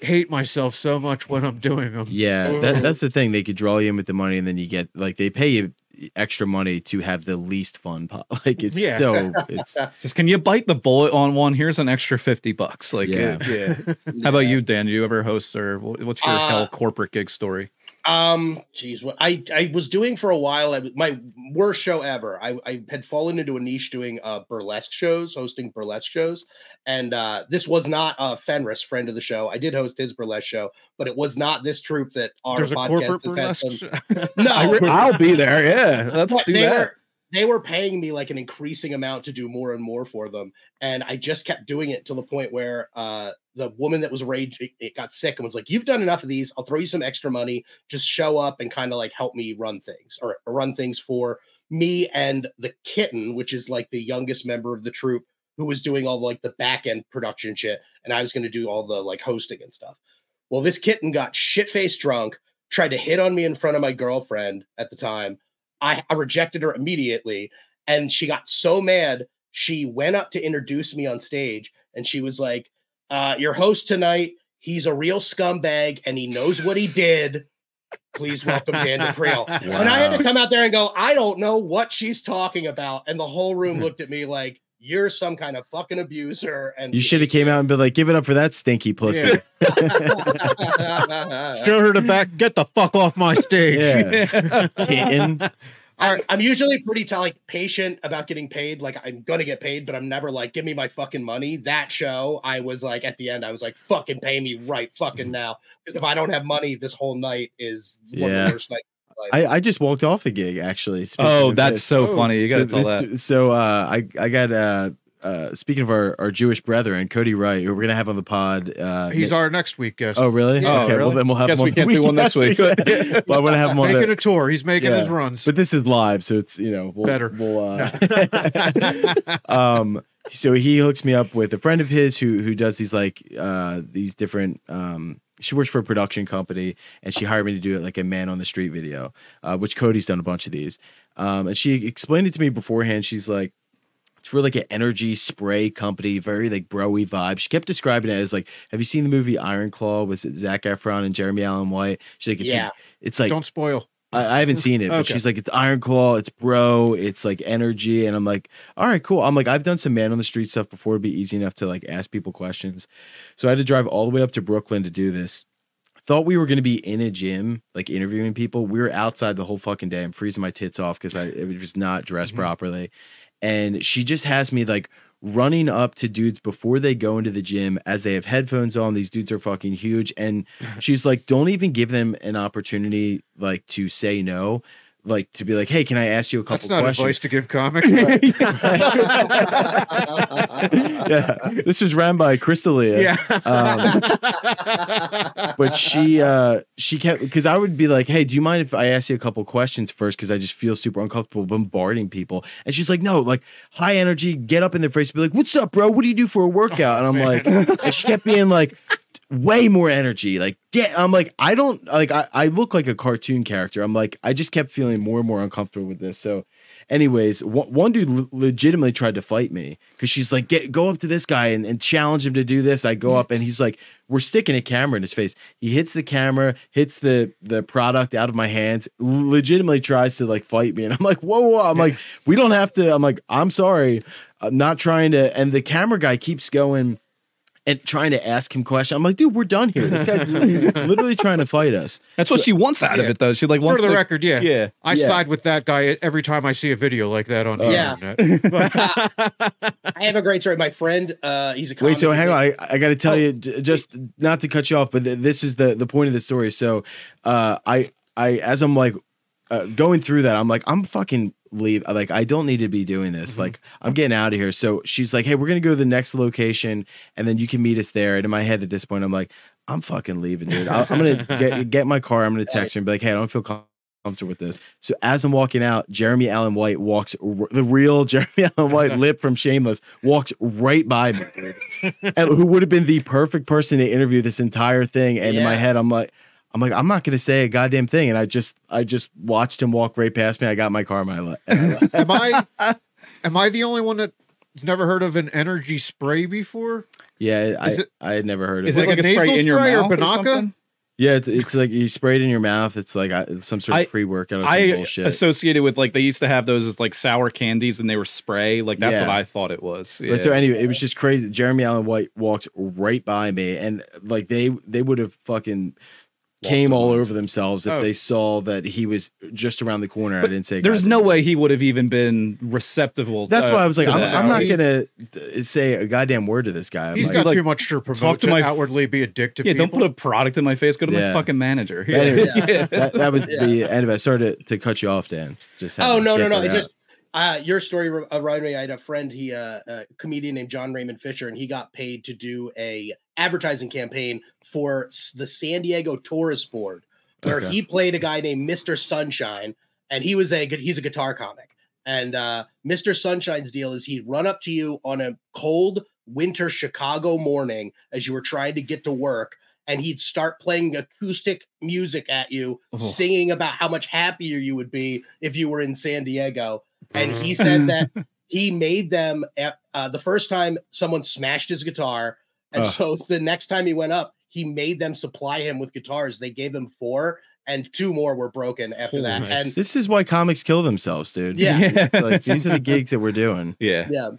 Speaker 5: hate myself so much when I'm doing them.
Speaker 8: Yeah,
Speaker 5: Mm-hmm.
Speaker 8: that, that's the thing. They could draw you in with the money, and then you get like they pay you extra money to have the least fun. Po- *laughs* like it's
Speaker 5: Yeah.
Speaker 8: so
Speaker 5: *laughs*
Speaker 8: it's
Speaker 3: just can you bite the bullet on one? Here's an extra fifty bucks. Like,
Speaker 8: Yeah.
Speaker 3: uh, How about you, Dan? Do you ever host or wh- what's your
Speaker 7: Uh,
Speaker 3: hell corporate gig story?
Speaker 7: Um, geez, what I I was doing for a while, I, my worst show ever. I I had fallen into a niche doing uh burlesque shows, hosting burlesque shows, and uh this was not uh Fenris, friend of the show. I did host his burlesque show, but it was not this troupe that our
Speaker 5: There's a corporate
Speaker 7: podcast has had.
Speaker 5: burlesque.
Speaker 7: Some,
Speaker 5: show.
Speaker 7: no,
Speaker 5: *laughs*
Speaker 10: I'll be there. Yeah.
Speaker 3: *laughs* Let's
Speaker 7: but
Speaker 3: do
Speaker 7: they
Speaker 3: that.
Speaker 7: Were, they were paying me like an increasing amount to do more and more for them, and I just kept doing it to the point where uh, the woman that was rage it, it got sick and was like, "You've done enough of these. I'll throw you some extra money. Just show up and kind of like help me run things or, or run things for me and the kitten, which is like the youngest member of the troupe." Who was doing all like the back end production shit, and I was going to do all the like hosting and stuff. Well, this kitten got shit faced drunk, tried to hit on me in front of my girlfriend at the time, I, I rejected her immediately. And she got so mad, she went up to introduce me on stage and she was like, uh, Your host tonight, he's a real scumbag and he knows what he did. Please welcome Dan DeCreel. And I had to come out there and go, I don't know what she's talking about. And the whole room looked at me like, You're some kind of fucking abuser. And
Speaker 8: you should have came out and been like, give it up for that stinky pussy.
Speaker 5: Yeah.
Speaker 7: *laughs*
Speaker 5: *laughs*
Speaker 7: have.
Speaker 5: Show her the back. Get the fuck off my stage.
Speaker 8: uh, *laughs* Yeah, kitten.
Speaker 7: I'm, I'm usually pretty t- like patient about getting paid. Like I'm gonna get paid, but I'm never like, give me my fucking money. That show, I was like, at the end, I was like, fucking pay me right
Speaker 8: *laughs*
Speaker 7: fucking now, because if I don't have money, this whole night is one of
Speaker 8: Yeah.
Speaker 7: the worst night.
Speaker 8: I, I just walked off a gig actually. speaking
Speaker 3: Oh,
Speaker 8: of
Speaker 3: that's
Speaker 8: this.
Speaker 3: so funny. You gotta
Speaker 8: so,
Speaker 3: tell that.
Speaker 8: So uh, I I got uh, uh, speaking of our, our Jewish brethren, Cody Wright, who we're gonna have on the pod.
Speaker 5: *laughs*
Speaker 8: Uh,
Speaker 5: He's
Speaker 8: ne-
Speaker 5: our next week guest.
Speaker 8: oh really?
Speaker 3: Yeah.
Speaker 8: okay,
Speaker 3: Oh,
Speaker 8: well
Speaker 3: really?
Speaker 8: then we'll have
Speaker 3: Guess
Speaker 8: him
Speaker 3: we
Speaker 8: on the
Speaker 3: can't do one
Speaker 8: *laughs*
Speaker 3: next week.
Speaker 8: but I want to have him on
Speaker 5: making
Speaker 8: the-
Speaker 5: a tour. He's making
Speaker 8: Yeah.
Speaker 5: his runs.
Speaker 8: but this is live, so it's you know we'll,
Speaker 5: Better.
Speaker 8: We'll, uh, um, so he hooks me up with a friend of his who who does these like uh these different um. She works for a production company, and she hired me to do it like a man on the street video, uh, which Cody's done a bunch of these. Um, and she explained it to me beforehand. She's like, it's for like an energy spray company, very like broy vibe. She kept describing it as like, have you seen the movie Iron Claw with Zach Efron and Jeremy Allen White? She's like, it's
Speaker 7: Yeah.
Speaker 8: like, it's like
Speaker 5: Don't spoil.
Speaker 8: I, I haven't seen it, but
Speaker 5: Okay.
Speaker 8: she's like, it's Iron Claw, it's bro, it's like energy. And I'm like, all right, cool. I'm like, I've done some man on the street stuff before. It'd be easy enough to like ask people questions. So I had to drive all the way up to Brooklyn to do this. Thought we were going to be in a gym, like interviewing people. We were outside the whole fucking day. I'm freezing my tits off because I it was not dressed properly. And she just has me like running up to dudes before they go into the gym as they have headphones on. These dudes are fucking huge.
Speaker 5: *laughs*
Speaker 8: And she's like, don't even give them an opportunity like to say no. Like to be like, hey, can I ask you a couple
Speaker 5: That's not
Speaker 8: questions?
Speaker 5: advice to give comics. uh,
Speaker 8: yeah, this was ran by Crystalia.
Speaker 5: yeah.
Speaker 8: Um, but she uh she kept because I would be like, hey, do you mind if I ask you a couple questions first? Because I just feel super uncomfortable bombarding people. And she's like, no, like high energy, get up in their face, be like, what's up, bro? What do you do for a
Speaker 5: *laughs*
Speaker 8: workout? and I'm
Speaker 5: Oh,
Speaker 8: like, and she kept being like, way more energy. Like, get. I'm like, I don't like. I, I look like a cartoon character. I'm like, I just kept feeling more and more uncomfortable with this. So Anyways, one, one dude le- legitimately tried to fight me because she's like, "Get go up to this guy and, and challenge him to do this." I go up and he's like, "We're sticking a camera in his face." He hits the camera, hits the the product out of my hands. Legitimately tries to like fight me, and I'm like, "Whoa!" whoa. I'm like, "We don't have to." I'm like, "I'm sorry, I'm not trying to." And the camera guy keeps going and trying to ask him questions. I'm like, "Dude, we're done here. This guy's *laughs* literally trying to fight us."
Speaker 3: That's what she wants out of
Speaker 5: Yeah.
Speaker 3: it, though. She like
Speaker 5: For
Speaker 3: wants
Speaker 5: the
Speaker 3: to-
Speaker 5: record, yeah.
Speaker 3: yeah.
Speaker 5: I
Speaker 8: Yeah.
Speaker 5: side with that guy every time I see a video like that on the
Speaker 7: Yeah.
Speaker 5: internet.
Speaker 7: I have a great story. My friend, uh, he's a
Speaker 8: Wait, so
Speaker 7: comic.
Speaker 8: hang on. I, I got to tell you, j- just not to cut you off, but th- this is the the point of the story. So, uh, I I as I'm like uh, going through that, I'm like, I'm fucking leave. Like, I don't need to be doing this. Like, I'm getting out of here. So she's like, Hey, we're gonna go to the next location, and then you can meet us there. And in my head, at this point, I'm like, I'm fucking leaving, dude. I, I'm *laughs* gonna get, get my car. I'm gonna text her and be like, Hey, I don't feel com- comfortable with this. So as I'm walking out, Jeremy Allen White walks r- the real *laughs* Jeremy Allen White lip from Shameless walks right by me, dude. and who would have been the perfect person to interview this entire thing. And in my
Speaker 7: Yeah.
Speaker 8: head, I'm like, I'm like, I'm not gonna say a goddamn thing. And I just, I just watched him walk right past me. I got my car, in my uh, left.
Speaker 5: am I am I the only one that's never heard of an energy spray before?
Speaker 8: Yeah, I,
Speaker 5: Is it-
Speaker 8: I had never heard of
Speaker 3: Is
Speaker 8: it.
Speaker 3: it like,
Speaker 5: Like
Speaker 3: a,
Speaker 5: a
Speaker 3: spray
Speaker 5: nasal
Speaker 3: in your
Speaker 5: spray or
Speaker 3: mouth?
Speaker 5: Banaka?
Speaker 3: something?
Speaker 8: yeah, it's, it's like you spray it in your mouth. It's like I, some sort
Speaker 3: I-
Speaker 8: of pre workout or some
Speaker 3: I
Speaker 8: bullshit.
Speaker 3: associated with like they used to have those as like sour candies and they were spray. Like that's
Speaker 8: Yeah.
Speaker 3: what I thought it was. Yeah.
Speaker 8: But so anyway, it was just crazy. Jeremy Allen White walked right by me, and like they they would have fucking came all over themselves if
Speaker 5: Oh.
Speaker 8: they saw that he was just around the corner. I didn't say
Speaker 3: There's
Speaker 8: God.
Speaker 3: no way he would have even been uh, receptive.
Speaker 8: That's why I was like, I'm, I'm not
Speaker 5: He-
Speaker 8: gonna uh, say a goddamn word to this guy. I'm
Speaker 5: He's
Speaker 8: like,
Speaker 5: got
Speaker 3: like,
Speaker 5: too much to promote
Speaker 3: talk to
Speaker 5: to,
Speaker 3: my-
Speaker 5: outwardly be a dick to
Speaker 3: Yeah,
Speaker 5: people.
Speaker 3: don't put a product in my face. Go to my
Speaker 8: Yeah.
Speaker 3: fucking manager. *laughs*
Speaker 8: But anyways,
Speaker 3: Yeah.
Speaker 8: that, that was
Speaker 7: Yeah.
Speaker 8: the end of it. Sorry to, to cut you off, Dan. Just had
Speaker 7: Oh
Speaker 8: to
Speaker 7: no, no,
Speaker 8: get
Speaker 7: no!
Speaker 8: that
Speaker 7: It
Speaker 8: out.
Speaker 7: just uh, your story re- uh, reminded me. I had a friend, he uh, a comedian named John Raymond Fisher, and he got paid to do a advertising campaign for s- the San Diego Tourist Board, where
Speaker 8: Okay.
Speaker 7: he played a guy named Mister Sunshine, and he was a gu- he's a guitar comic. And uh, Mister Sunshine's deal is he'd run up to you on a cold winter Chicago morning as you were trying to get to work. And he'd start playing acoustic music at you,
Speaker 3: Oh.
Speaker 9: Uh-huh.
Speaker 7: singing about how much happier you would be if you were in San Diego. And he
Speaker 9: Mm-hmm.
Speaker 7: said that
Speaker 9: *laughs*
Speaker 7: he made them at, uh, the first time someone smashed his guitar. And
Speaker 8: Ugh.
Speaker 7: so the next time he went up, he made them supply him with guitars. They gave him four, and two more were broken after that. And
Speaker 8: this is why comics kill themselves, dude.
Speaker 7: Yeah.
Speaker 8: *laughs* It's like these are the gigs that we're doing.
Speaker 3: yeah.
Speaker 9: *laughs*
Speaker 7: yeah,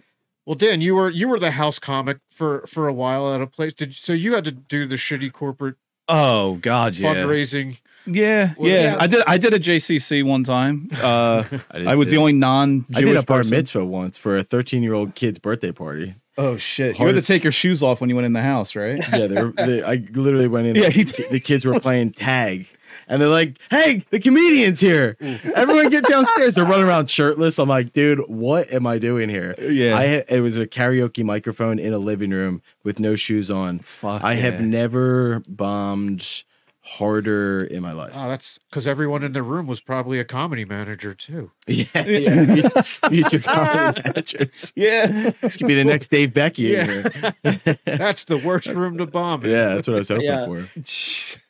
Speaker 5: well, Dan, you were you were the house comic for for a while at a place. Did so you had to do the shitty corporate
Speaker 3: Oh God. Yeah.
Speaker 5: fundraising.
Speaker 3: Yeah.
Speaker 5: Well,
Speaker 3: yeah.
Speaker 5: yeah.
Speaker 3: I did. I did a JCC one
Speaker 8: *laughs*
Speaker 3: time. Uh,
Speaker 8: did
Speaker 3: I was the
Speaker 8: too.
Speaker 3: only non-Jewish
Speaker 8: I did a bar
Speaker 3: person.
Speaker 8: mitzvah once for a 13 year old kid's birthday party.
Speaker 3: Oh shit! You had to
Speaker 8: Hardest-
Speaker 3: take your shoes off when you went in the house, right?
Speaker 8: Yeah, they were, they, I literally went in.
Speaker 3: Yeah,
Speaker 8: Yeah,
Speaker 3: he
Speaker 8: the, kids
Speaker 3: *laughs*
Speaker 8: were playing tag, and they're like, "Hey, the comedian's here! Everyone get downstairs!" They're running around shirtless. I'm like, "Dude, what am I doing here?"
Speaker 3: Yeah.
Speaker 8: I it was a karaoke microphone in a living room with no shoes on.
Speaker 3: Fuck.
Speaker 8: I have
Speaker 3: yeah.
Speaker 8: never bombed harder in my life.
Speaker 5: Oh, that's because everyone in the room was probably a comedy
Speaker 3: *laughs*
Speaker 5: manager too.
Speaker 8: *laughs* yeah, yeah. future comedy managers.
Speaker 3: *laughs* *laughs* Yeah.
Speaker 8: This could be the next Dave Becky.
Speaker 5: Yeah.
Speaker 8: Yeah, here.
Speaker 5: That's the worst room to bomb. in.
Speaker 8: yeah that's what I was hoping
Speaker 7: Yeah.
Speaker 8: for.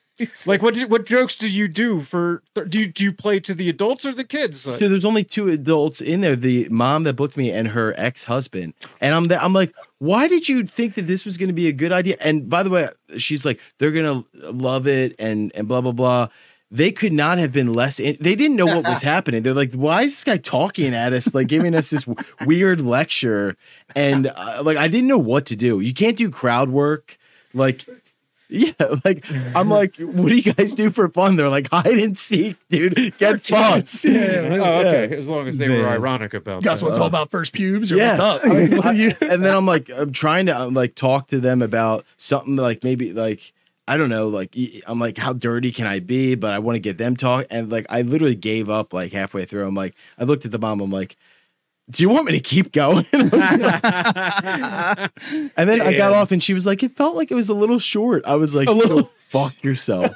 Speaker 5: Like what? do- What jokes do you do for? Do you do you play to the adults or the kids? Like,
Speaker 8: So there's only two adults in there: the mom that booked me and her ex-husband. And I'm there, I'm like, why did you think that this was going to be a good idea? And by the way, she's like, they're going to love it, and and blah blah blah. They could not have been less. In- they didn't know what was happening. They're like, why is this guy talking at us, like giving us this w- weird lecture? And uh, like, I didn't know what to do. You can't do crowd work, like. Yeah, *laughs* like I'm like, what do you guys do for fun? They're like hide and seek, dude.
Speaker 5: *laughs*
Speaker 8: Get thoughts. *laughs*
Speaker 5: oh, okay. As long as they were ironic
Speaker 9: *laughs*
Speaker 5: about
Speaker 9: That's
Speaker 5: that.
Speaker 9: what it's all about first pubes or what's
Speaker 3: *laughs*
Speaker 8: *laughs*
Speaker 9: up.
Speaker 8: I mean, I- and then I'm like, I'm trying to um, like talk to them about something like maybe like I don't know, like y- I'm like, how dirty can I be? But I want to get them talk, and like I literally gave up like halfway through. I'm like, I looked at the mom. I'm like. Do you want me to keep going? *laughs* and then I got off, and she was like, "It felt like it was a little short." I was like, "A little, fuck yourself."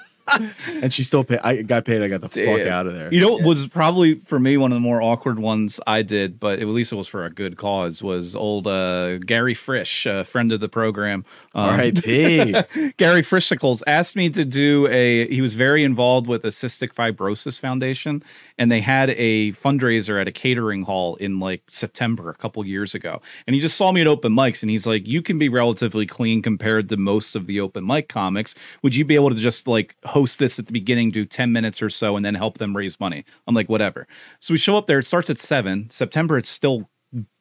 Speaker 10: and she still paid. I got paid. I got the fuck
Speaker 3: Damn.
Speaker 10: out of there.
Speaker 3: You know, what was probably for me one of the more awkward ones I did, but at least it was for a good cause. Was old uh, Gary Frisch, uh, friend of the program. Um,
Speaker 10: R.I.P..
Speaker 3: *laughs* Gary Frischicles asked me to do a. He was very involved with the Cystic Fibrosis Foundation, and they had a fundraiser at a catering hall in like September a couple years ago. And he just saw me at open mics, and he's like, "You can be relatively clean compared to most of the open mic comics. Would you be able to just like host this at the beginning, do ten minutes or so, and then help them raise money?" I'm like, "Whatever." So we show up there. It starts at seven. September. It's still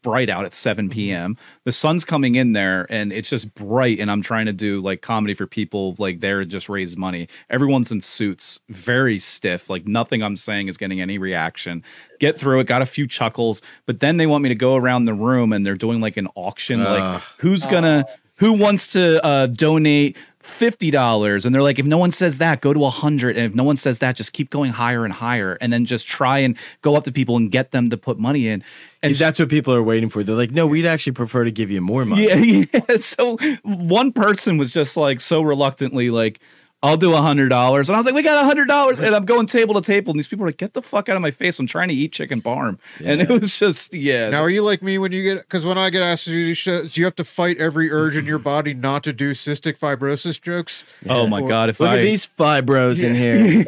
Speaker 3: bright out at 7 p.m. The sun's coming in there and it's just bright and I'm trying to do like comedy for people like they're just raise money. Everyone's in suits, very stiff, like nothing I'm saying is getting any reaction. Get through it, got a few chuckles, but then they want me to go around the room and they're doing like an auction
Speaker 8: Ugh.
Speaker 3: like who's going to who wants to uh, donate fifty dollars? And they're like, if no one says that, go to a hundred, and if no one says that, just keep going higher and higher, and then just try and go up to people and get them to put money in. And
Speaker 10: that's what people are waiting for. They're like, no, we'd actually prefer to give you more money.
Speaker 3: yeah, *laughs* yeah. So one person was just like so reluctantly like, I'll do a hundred dollars. And I was like, we got a hundred dollars. And I'm going table to table. And these people are like, get the fuck out of my face. I'm trying to eat chicken parm. And it was just, yeah.
Speaker 5: Now, are you like me when you get? Because when I get asked to do these shows, you have to fight every urge in your body not to do cystic fibrosis jokes.
Speaker 3: oh my God. If
Speaker 10: Look
Speaker 3: I,
Speaker 10: at these fibros in
Speaker 5: *laughs*
Speaker 10: here.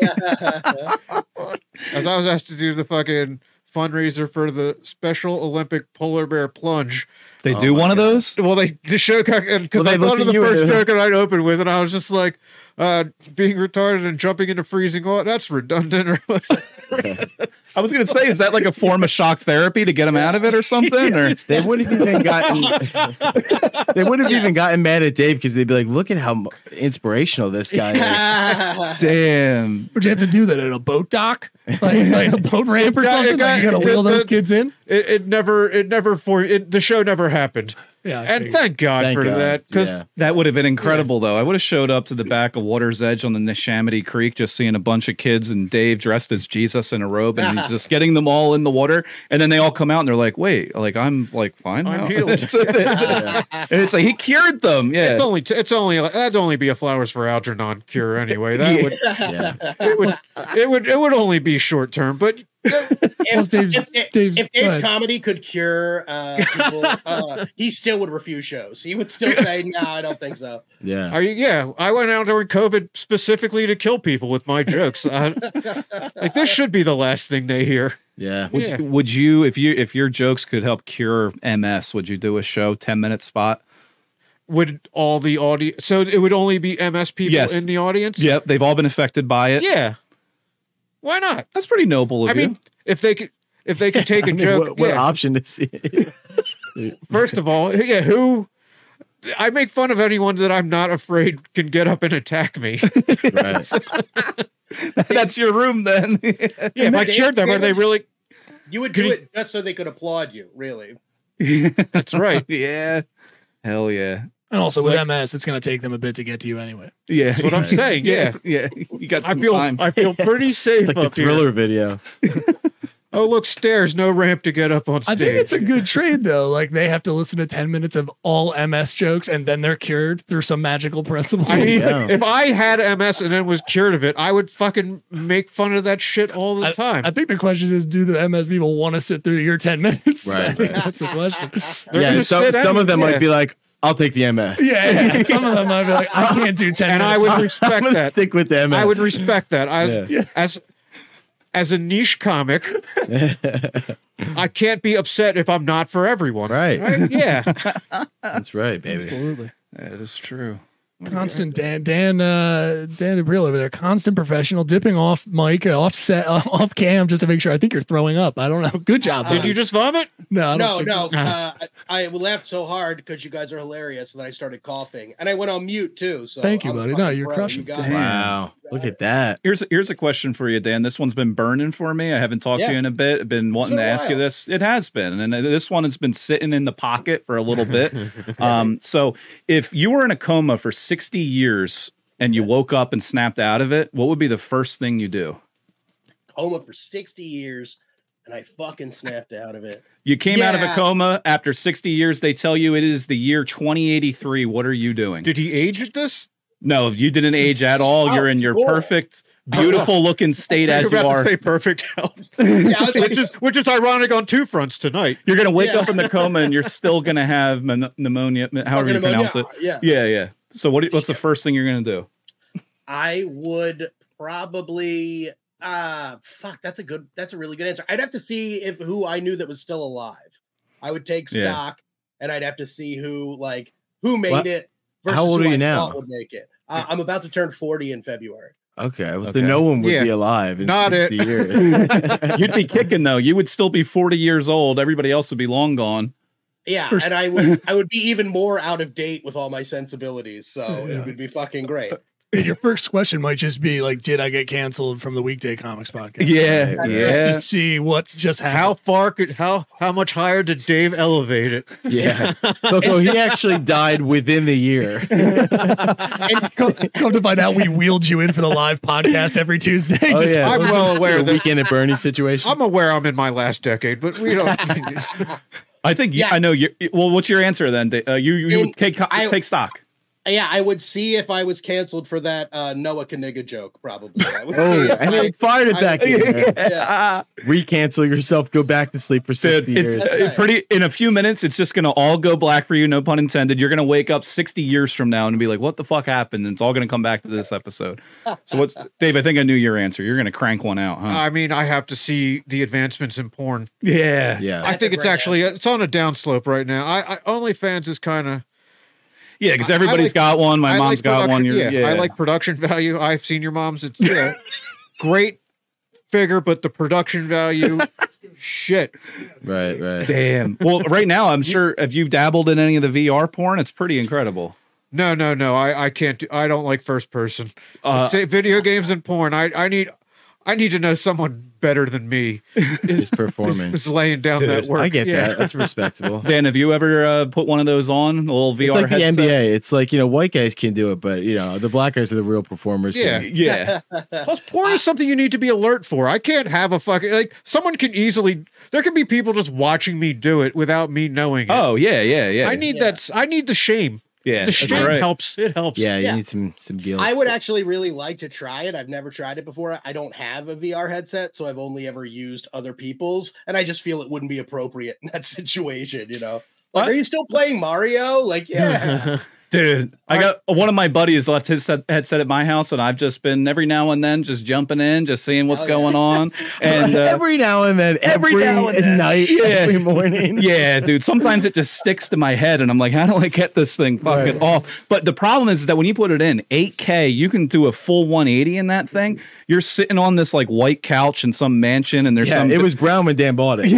Speaker 5: As I was asked to do the fucking fundraiser for the Special Olympic Polar Bear Plunge.
Speaker 3: they do one of those.
Speaker 5: Well, they the show because
Speaker 10: Well, they
Speaker 5: I
Speaker 10: looked
Speaker 5: thought of the
Speaker 10: at you and *laughs*
Speaker 5: first
Speaker 10: they-
Speaker 5: joke and I'd open with, and I was just like, uh, being retarded and jumping into freezing water. That's redundant.
Speaker 3: I was going to say, is that like a form of shock therapy to get them out of it or something? Or
Speaker 10: They wouldn't have even
Speaker 5: *laughs*
Speaker 10: gotten. they wouldn't have even gotten mad at Dave because they'd be like, "Look at how mu- inspirational this guy is."
Speaker 3: damn.
Speaker 9: Would you have to do that at a boat dock? Like,
Speaker 8: *laughs*
Speaker 9: like a boat ramp or
Speaker 5: Yeah,
Speaker 9: something?
Speaker 5: yeah,
Speaker 9: Like, you gotta
Speaker 5: yeah,
Speaker 9: wheel those
Speaker 5: that-
Speaker 9: kids in?
Speaker 5: it, it never it never for it, the show never happened
Speaker 9: Yeah. I
Speaker 5: and
Speaker 9: figured.
Speaker 5: thank god
Speaker 10: Thank
Speaker 5: for
Speaker 10: God.
Speaker 5: that because
Speaker 10: Yeah.
Speaker 3: That would have been incredible, though. I would have showed up to the back of Water's Edge on the Neshamity Creek, just seeing a bunch of kids and Dave dressed as Jesus in a robe and
Speaker 5: *laughs*
Speaker 3: he's just getting them all in the water. And then they all come out and they're like, wait, like I'm like fine.
Speaker 5: I'm
Speaker 3: now." *laughs*
Speaker 5: healed.
Speaker 3: So they- and it's like he cured them. Yeah.
Speaker 5: it's only t- it's only that'd only be a flowers for algernon
Speaker 10: *laughs*
Speaker 5: cure anyway that would
Speaker 10: Yeah.
Speaker 5: it would it would it would only be short term but
Speaker 9: What's
Speaker 7: If,
Speaker 9: Dave's-
Speaker 7: if, if,
Speaker 9: Dave's-
Speaker 7: if
Speaker 9: go
Speaker 7: Dave's
Speaker 9: ahead.
Speaker 7: comedy could cure uh,
Speaker 9: *laughs*
Speaker 7: people, uh, he still would refuse shows. He would still say, "No, I don't think so."
Speaker 10: Yeah.
Speaker 5: are you yeah i went out during covid specifically to kill people with my jokes I, like this should be the last thing they hear
Speaker 10: Yeah.
Speaker 3: Would,
Speaker 5: Yeah.
Speaker 3: would you, if you, if your jokes could help cure MS, would you do a show, 10 minute spot?
Speaker 5: would all the audience so it would only be ms people
Speaker 3: Yes.
Speaker 5: in the audience
Speaker 3: Yep. They've all been affected by it.
Speaker 5: yeah why not
Speaker 3: That's pretty noble of
Speaker 5: i
Speaker 3: you.
Speaker 5: mean if they could if they could
Speaker 10: *laughs*
Speaker 5: take
Speaker 10: I
Speaker 5: a
Speaker 10: mean,
Speaker 5: joke
Speaker 10: what, what
Speaker 5: yeah.
Speaker 10: option is it?
Speaker 5: First of all, yeah, who I make fun of anyone that I'm not afraid can get up and attack me. *laughs*
Speaker 10: right.
Speaker 3: *laughs* that's your room then.
Speaker 5: yeah, if I cheered them, are they really?
Speaker 7: You would
Speaker 5: Could
Speaker 7: do
Speaker 5: he-
Speaker 7: it just so they could applaud you. Really,
Speaker 5: That's right.
Speaker 3: *laughs* yeah. Hell yeah.
Speaker 9: And also with MS, it's gonna take them a bit to get to you anyway.
Speaker 3: Yeah.
Speaker 5: That's what I'm saying. Yeah,
Speaker 3: yeah. You got
Speaker 5: I
Speaker 3: some
Speaker 5: feel
Speaker 3: time.
Speaker 5: I feel
Speaker 10: *laughs*
Speaker 5: pretty safe
Speaker 10: Like the
Speaker 5: up
Speaker 10: thriller
Speaker 5: here.
Speaker 10: video.
Speaker 5: Oh, look, stairs, no ramp to get up
Speaker 9: I
Speaker 5: on stage.
Speaker 9: think it's a good trade though. Like they have to listen to 10 minutes of all MS jokes and then they're cured through some magical principle.
Speaker 5: I
Speaker 9: *laughs*
Speaker 8: *laughs*
Speaker 5: mean,
Speaker 10: Yeah.
Speaker 5: if I had MS and then was cured of it, I would fucking make fun of that shit all the
Speaker 9: I-
Speaker 5: time.
Speaker 9: I think the question is, do the MS people want to sit through your 10 minutes? *laughs* I
Speaker 10: Right,
Speaker 9: think That's the question.
Speaker 5: They're
Speaker 10: yeah.
Speaker 5: gonna
Speaker 10: Some,
Speaker 5: sit
Speaker 10: some
Speaker 5: any-
Speaker 10: of them
Speaker 5: yeah.
Speaker 10: might be like, "I'll take the MS,"
Speaker 9: Yeah, yeah. some of them might be like, I can't do 10
Speaker 5: and I
Speaker 9: minutes.
Speaker 5: would
Speaker 10: *laughs* I'm *laughs*
Speaker 5: respect
Speaker 10: gonna
Speaker 5: that.
Speaker 10: stick with the MS.
Speaker 5: I would respect that. I,
Speaker 10: Yeah.
Speaker 5: as as a niche
Speaker 10: *laughs*
Speaker 5: comic, I can't be upset if I'm not for everyone.
Speaker 10: Right.
Speaker 5: Yeah.
Speaker 10: That's right, baby.
Speaker 9: Absolutely.
Speaker 3: That is true.
Speaker 9: Constant Dan Dan uh Dan Abril over there, constant professional, dipping off mic, uh, off set, uh, *laughs* off cam, just to make sure. I think you're throwing up. I don't know. *laughs* Good job.
Speaker 5: Did
Speaker 9: bud.
Speaker 5: you just vomit?
Speaker 9: No, I don't
Speaker 7: no,
Speaker 9: think- *laughs*
Speaker 7: no. Uh, I I laughed so hard because you guys are hilarious, and then I started coughing, and I went on mute too. So
Speaker 9: Thank you,
Speaker 7: I'm a
Speaker 9: buddy. No,
Speaker 7: fucking
Speaker 9: you're
Speaker 7: pro.
Speaker 9: crushing.
Speaker 7: got
Speaker 3: Damn.
Speaker 7: it.
Speaker 10: Wow. Look at that.
Speaker 3: Here's here's a question for you, Dan. This one's been burning for me. I haven't talked to
Speaker 7: Yeah.
Speaker 3: you in a bit. I've been wanting to
Speaker 7: been a
Speaker 3: ask you
Speaker 7: while.
Speaker 3: this. It has been, and this one has been sitting in the pocket for a little *laughs* bit. um, so, if you were in a coma for sixty years and you woke up and snapped out of it, what would be the first thing you do?
Speaker 7: Coma for sixty years, and I fucking snapped out
Speaker 3: *laughs*
Speaker 7: of it.
Speaker 3: You came out of a
Speaker 7: Yeah.
Speaker 3: coma after sixty years. They tell you it is the year twenty eighty three. What are you doing?
Speaker 5: Did he age at this?
Speaker 3: No, if you didn't age at all, you're in your perfect, beautiful looking state as
Speaker 5: You're
Speaker 3: you
Speaker 5: about
Speaker 3: are.
Speaker 5: to say perfect health,
Speaker 7: I was
Speaker 5: *laughs*
Speaker 7: like-
Speaker 5: which is which is ironic on two fronts tonight.
Speaker 3: You're gonna wake
Speaker 7: Yeah.
Speaker 3: up in the coma and you're still gonna have mon- pneumonia. However you
Speaker 7: Pneumonia,
Speaker 3: pronounce it.
Speaker 7: Yeah.
Speaker 3: Yeah, yeah. So what? What's the first thing you're gonna do?
Speaker 7: I would probably uh fuck, that's a good that's a really good answer. I'd have to see if who I knew that was still alive. I would take
Speaker 3: Yeah.
Speaker 7: stock and I'd have to see who like who made
Speaker 8: What-
Speaker 7: it
Speaker 8: how
Speaker 7: versus
Speaker 8: old
Speaker 7: who
Speaker 8: are you
Speaker 7: I
Speaker 8: now?
Speaker 7: thought would make it. Uh, I'm about to turn 40 in February.
Speaker 8: Okay, well,
Speaker 3: Okay.
Speaker 8: so no one would
Speaker 5: Yeah.
Speaker 8: be alive. In
Speaker 5: Not it.
Speaker 8: Not 60
Speaker 10: *laughs*
Speaker 5: *laughs*
Speaker 8: Years.
Speaker 3: You'd be kicking though. You would still be 40 years old. Everybody else would be long gone.
Speaker 7: Yeah,
Speaker 3: First-
Speaker 7: and I
Speaker 8: *laughs*
Speaker 7: would I would be even more out of date with all my sensibilities, so
Speaker 8: *laughs*
Speaker 9: Yeah.
Speaker 7: it would be fucking great.
Speaker 9: *laughs* Your first question might just be like, "Did I get canceled from the weekday comics podcast?"
Speaker 3: Yeah,
Speaker 9: Just to see what just
Speaker 5: How
Speaker 9: happened.
Speaker 5: far could how how much higher did Dave elevate it?
Speaker 8: yeah. Coco, he actually died within the
Speaker 3: *laughs*
Speaker 8: year.
Speaker 9: come, *laughs* come to find out, we wheeled you in for the live podcast every Tuesday.
Speaker 8: Oh,
Speaker 9: just,
Speaker 8: yeah.
Speaker 9: *laughs*
Speaker 5: I'm well aware
Speaker 8: The
Speaker 5: that
Speaker 8: weekend at Bernie situation.
Speaker 5: I'm aware I'm in my last decade, but we don't. *laughs*
Speaker 3: I think. Yeah.
Speaker 7: Yeah.
Speaker 3: I know. You. Well, what's your answer then? Da- Uh, you. You
Speaker 7: In-
Speaker 3: would take co-
Speaker 7: I-
Speaker 3: take stock.
Speaker 7: Yeah, I would see if I was canceled for that uh Noah Kaniga joke, probably. I would
Speaker 8: *laughs* Oh,
Speaker 7: *laughs* see if
Speaker 8: and
Speaker 7: I-
Speaker 8: they fired it
Speaker 7: I-
Speaker 8: back in.
Speaker 7: Yeah.
Speaker 8: *laughs* Recancel yourself, go back to sleep for 60
Speaker 3: Dude, it's
Speaker 8: years.
Speaker 3: uh, pretty. In a few minutes, it's just gonna all go black for you. No pun intended. You're gonna wake up 60 years from now and be like, "What the fuck happened?" And it's all gonna come back to this episode. So what's Dave? I think I knew your answer. You're gonna crank one out, huh?
Speaker 5: I mean, I have to see the advancements in porn.
Speaker 3: yeah.
Speaker 8: Yeah.
Speaker 5: I think
Speaker 7: a
Speaker 5: it's
Speaker 7: great
Speaker 5: actually it's on a downslope right now. I, I OnlyFans is kind of
Speaker 3: Yeah, because
Speaker 5: I- I
Speaker 3: everybody's
Speaker 5: like-
Speaker 3: got one. My
Speaker 5: I
Speaker 3: mom's
Speaker 5: like
Speaker 3: got one.
Speaker 5: production-
Speaker 3: You're, yeah,
Speaker 5: I like production value. I've seen your mom's. It's *laughs* yeah, great figure, but the production *laughs* value, shit.
Speaker 8: Right, right.
Speaker 3: Damn. *laughs* Well, right now,
Speaker 5: *laughs*
Speaker 3: I'm sure if you've dabbled in any of the VR porn, it's pretty incredible.
Speaker 5: No, no, no. I, I can't. Do, I don't like first person.
Speaker 3: Uh,
Speaker 5: Say video games and porn. I, I need, I need to know someone better than me
Speaker 8: His performance.
Speaker 5: is laying down that work.
Speaker 8: I get
Speaker 5: Yeah.
Speaker 8: that. That's
Speaker 3: *laughs*
Speaker 8: respectable.
Speaker 3: Dan, have you ever uh, put one of those on? A little
Speaker 8: It's
Speaker 3: VR
Speaker 8: like the
Speaker 3: headset?
Speaker 8: NBA. It's like, you know, white guys can do it, but, you know, the black guys are the real performers.
Speaker 5: Yeah.
Speaker 8: here.
Speaker 5: *laughs*
Speaker 3: Yeah.
Speaker 5: Plus, porn is something you need to be alert for. I can't have a fucking like someone can easily. There can be people just watching me do it without me knowing. It.
Speaker 3: Oh, yeah, yeah, yeah.
Speaker 5: I need
Speaker 7: Yeah.
Speaker 5: that. I need the shame.
Speaker 3: yeah,
Speaker 5: The
Speaker 3: that's
Speaker 5: shame
Speaker 3: right.
Speaker 5: helps. It helps.
Speaker 8: Yeah, you
Speaker 7: Yeah.
Speaker 8: need some some guilt.
Speaker 7: I would actually really like to try it. I've never tried it before. I don't have a VR headset, so I've only ever used other people's, and I just feel it wouldn't be appropriate in that *laughs* situation, you know. Like,
Speaker 3: What?
Speaker 7: are you still playing Mario? Like, yeah.
Speaker 3: Dude, I got one of my buddies left his set- headset at my house, and I've just been every now and then just jumping in, just seeing what's
Speaker 7: Oh, yeah.
Speaker 3: going on. And uh,
Speaker 8: *laughs* every now and then, every,
Speaker 3: now and then.
Speaker 8: night,
Speaker 3: Yeah.
Speaker 8: every morning.
Speaker 3: *laughs* yeah, dude. Sometimes it just sticks to my head, and I'm like, how do I get this thing fucking off? But the problem is that when you put it in 8K, you can do a full 180 in that thing.
Speaker 8: Mm-hmm.
Speaker 3: You're sitting on this like white couch in some mansion, and there's
Speaker 8: Yeah,
Speaker 3: some
Speaker 8: it was brown when
Speaker 3: *laughs*
Speaker 8: Dan bought it.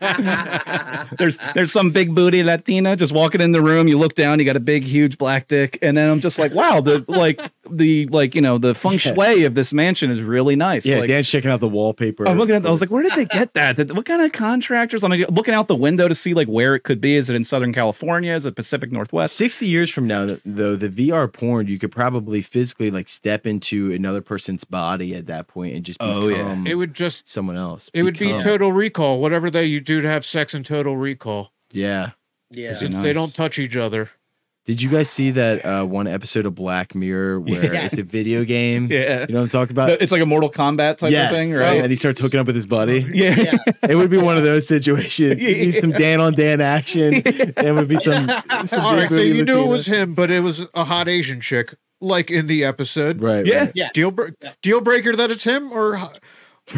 Speaker 3: there's there's some big booty Latina just walking in the room. You look down, you got a big, huge black dick, and then I'm just like, wow, the like the like you know the feng shui of this mansion is really nice.
Speaker 8: Yeah,
Speaker 3: like,
Speaker 8: Dan's checking out the wallpaper.
Speaker 3: I'm looking at. I was like, where did they get that? Did- What kind of contractors? I'm like, looking out the window to see like where it could be. Is it in Southern California? Is it Pacific Northwest?
Speaker 8: 60 years from now, th- though, the VR porn, you could probably physically like step into another person's body at that point and just
Speaker 3: Oh, yeah.
Speaker 8: become
Speaker 5: It would just
Speaker 8: someone else.
Speaker 5: It would be
Speaker 8: Become.
Speaker 5: total recall, whatever they you do to have sex in total recall.
Speaker 8: Yeah.
Speaker 7: yeah.
Speaker 5: It's-
Speaker 3: nice.
Speaker 5: They don't touch each other.
Speaker 8: Did you guys see that uh, one episode of Black Mirror where
Speaker 7: Yeah.
Speaker 8: it's a video game?
Speaker 3: Yeah.
Speaker 8: You know what I'm talking about?
Speaker 3: It's like a Mortal Kombat type
Speaker 8: Uh, Yes. Oh,
Speaker 3: of thing, right?
Speaker 8: And he starts hooking up with his buddy.
Speaker 3: *laughs*
Speaker 8: *laughs*
Speaker 3: Yeah.
Speaker 7: Yeah.
Speaker 8: It would be one of those situations. You need some Dan on Dan action. It would be some. some
Speaker 5: All
Speaker 8: big
Speaker 5: right, so
Speaker 8: booty
Speaker 5: you knew it
Speaker 8: Latina.
Speaker 5: was him, but it was a hot Asian chick, like in the episode.
Speaker 8: Right.
Speaker 3: Yeah.
Speaker 5: *laughs*
Speaker 8: right.
Speaker 5: Deal bre- deal breaker that it's him or hot,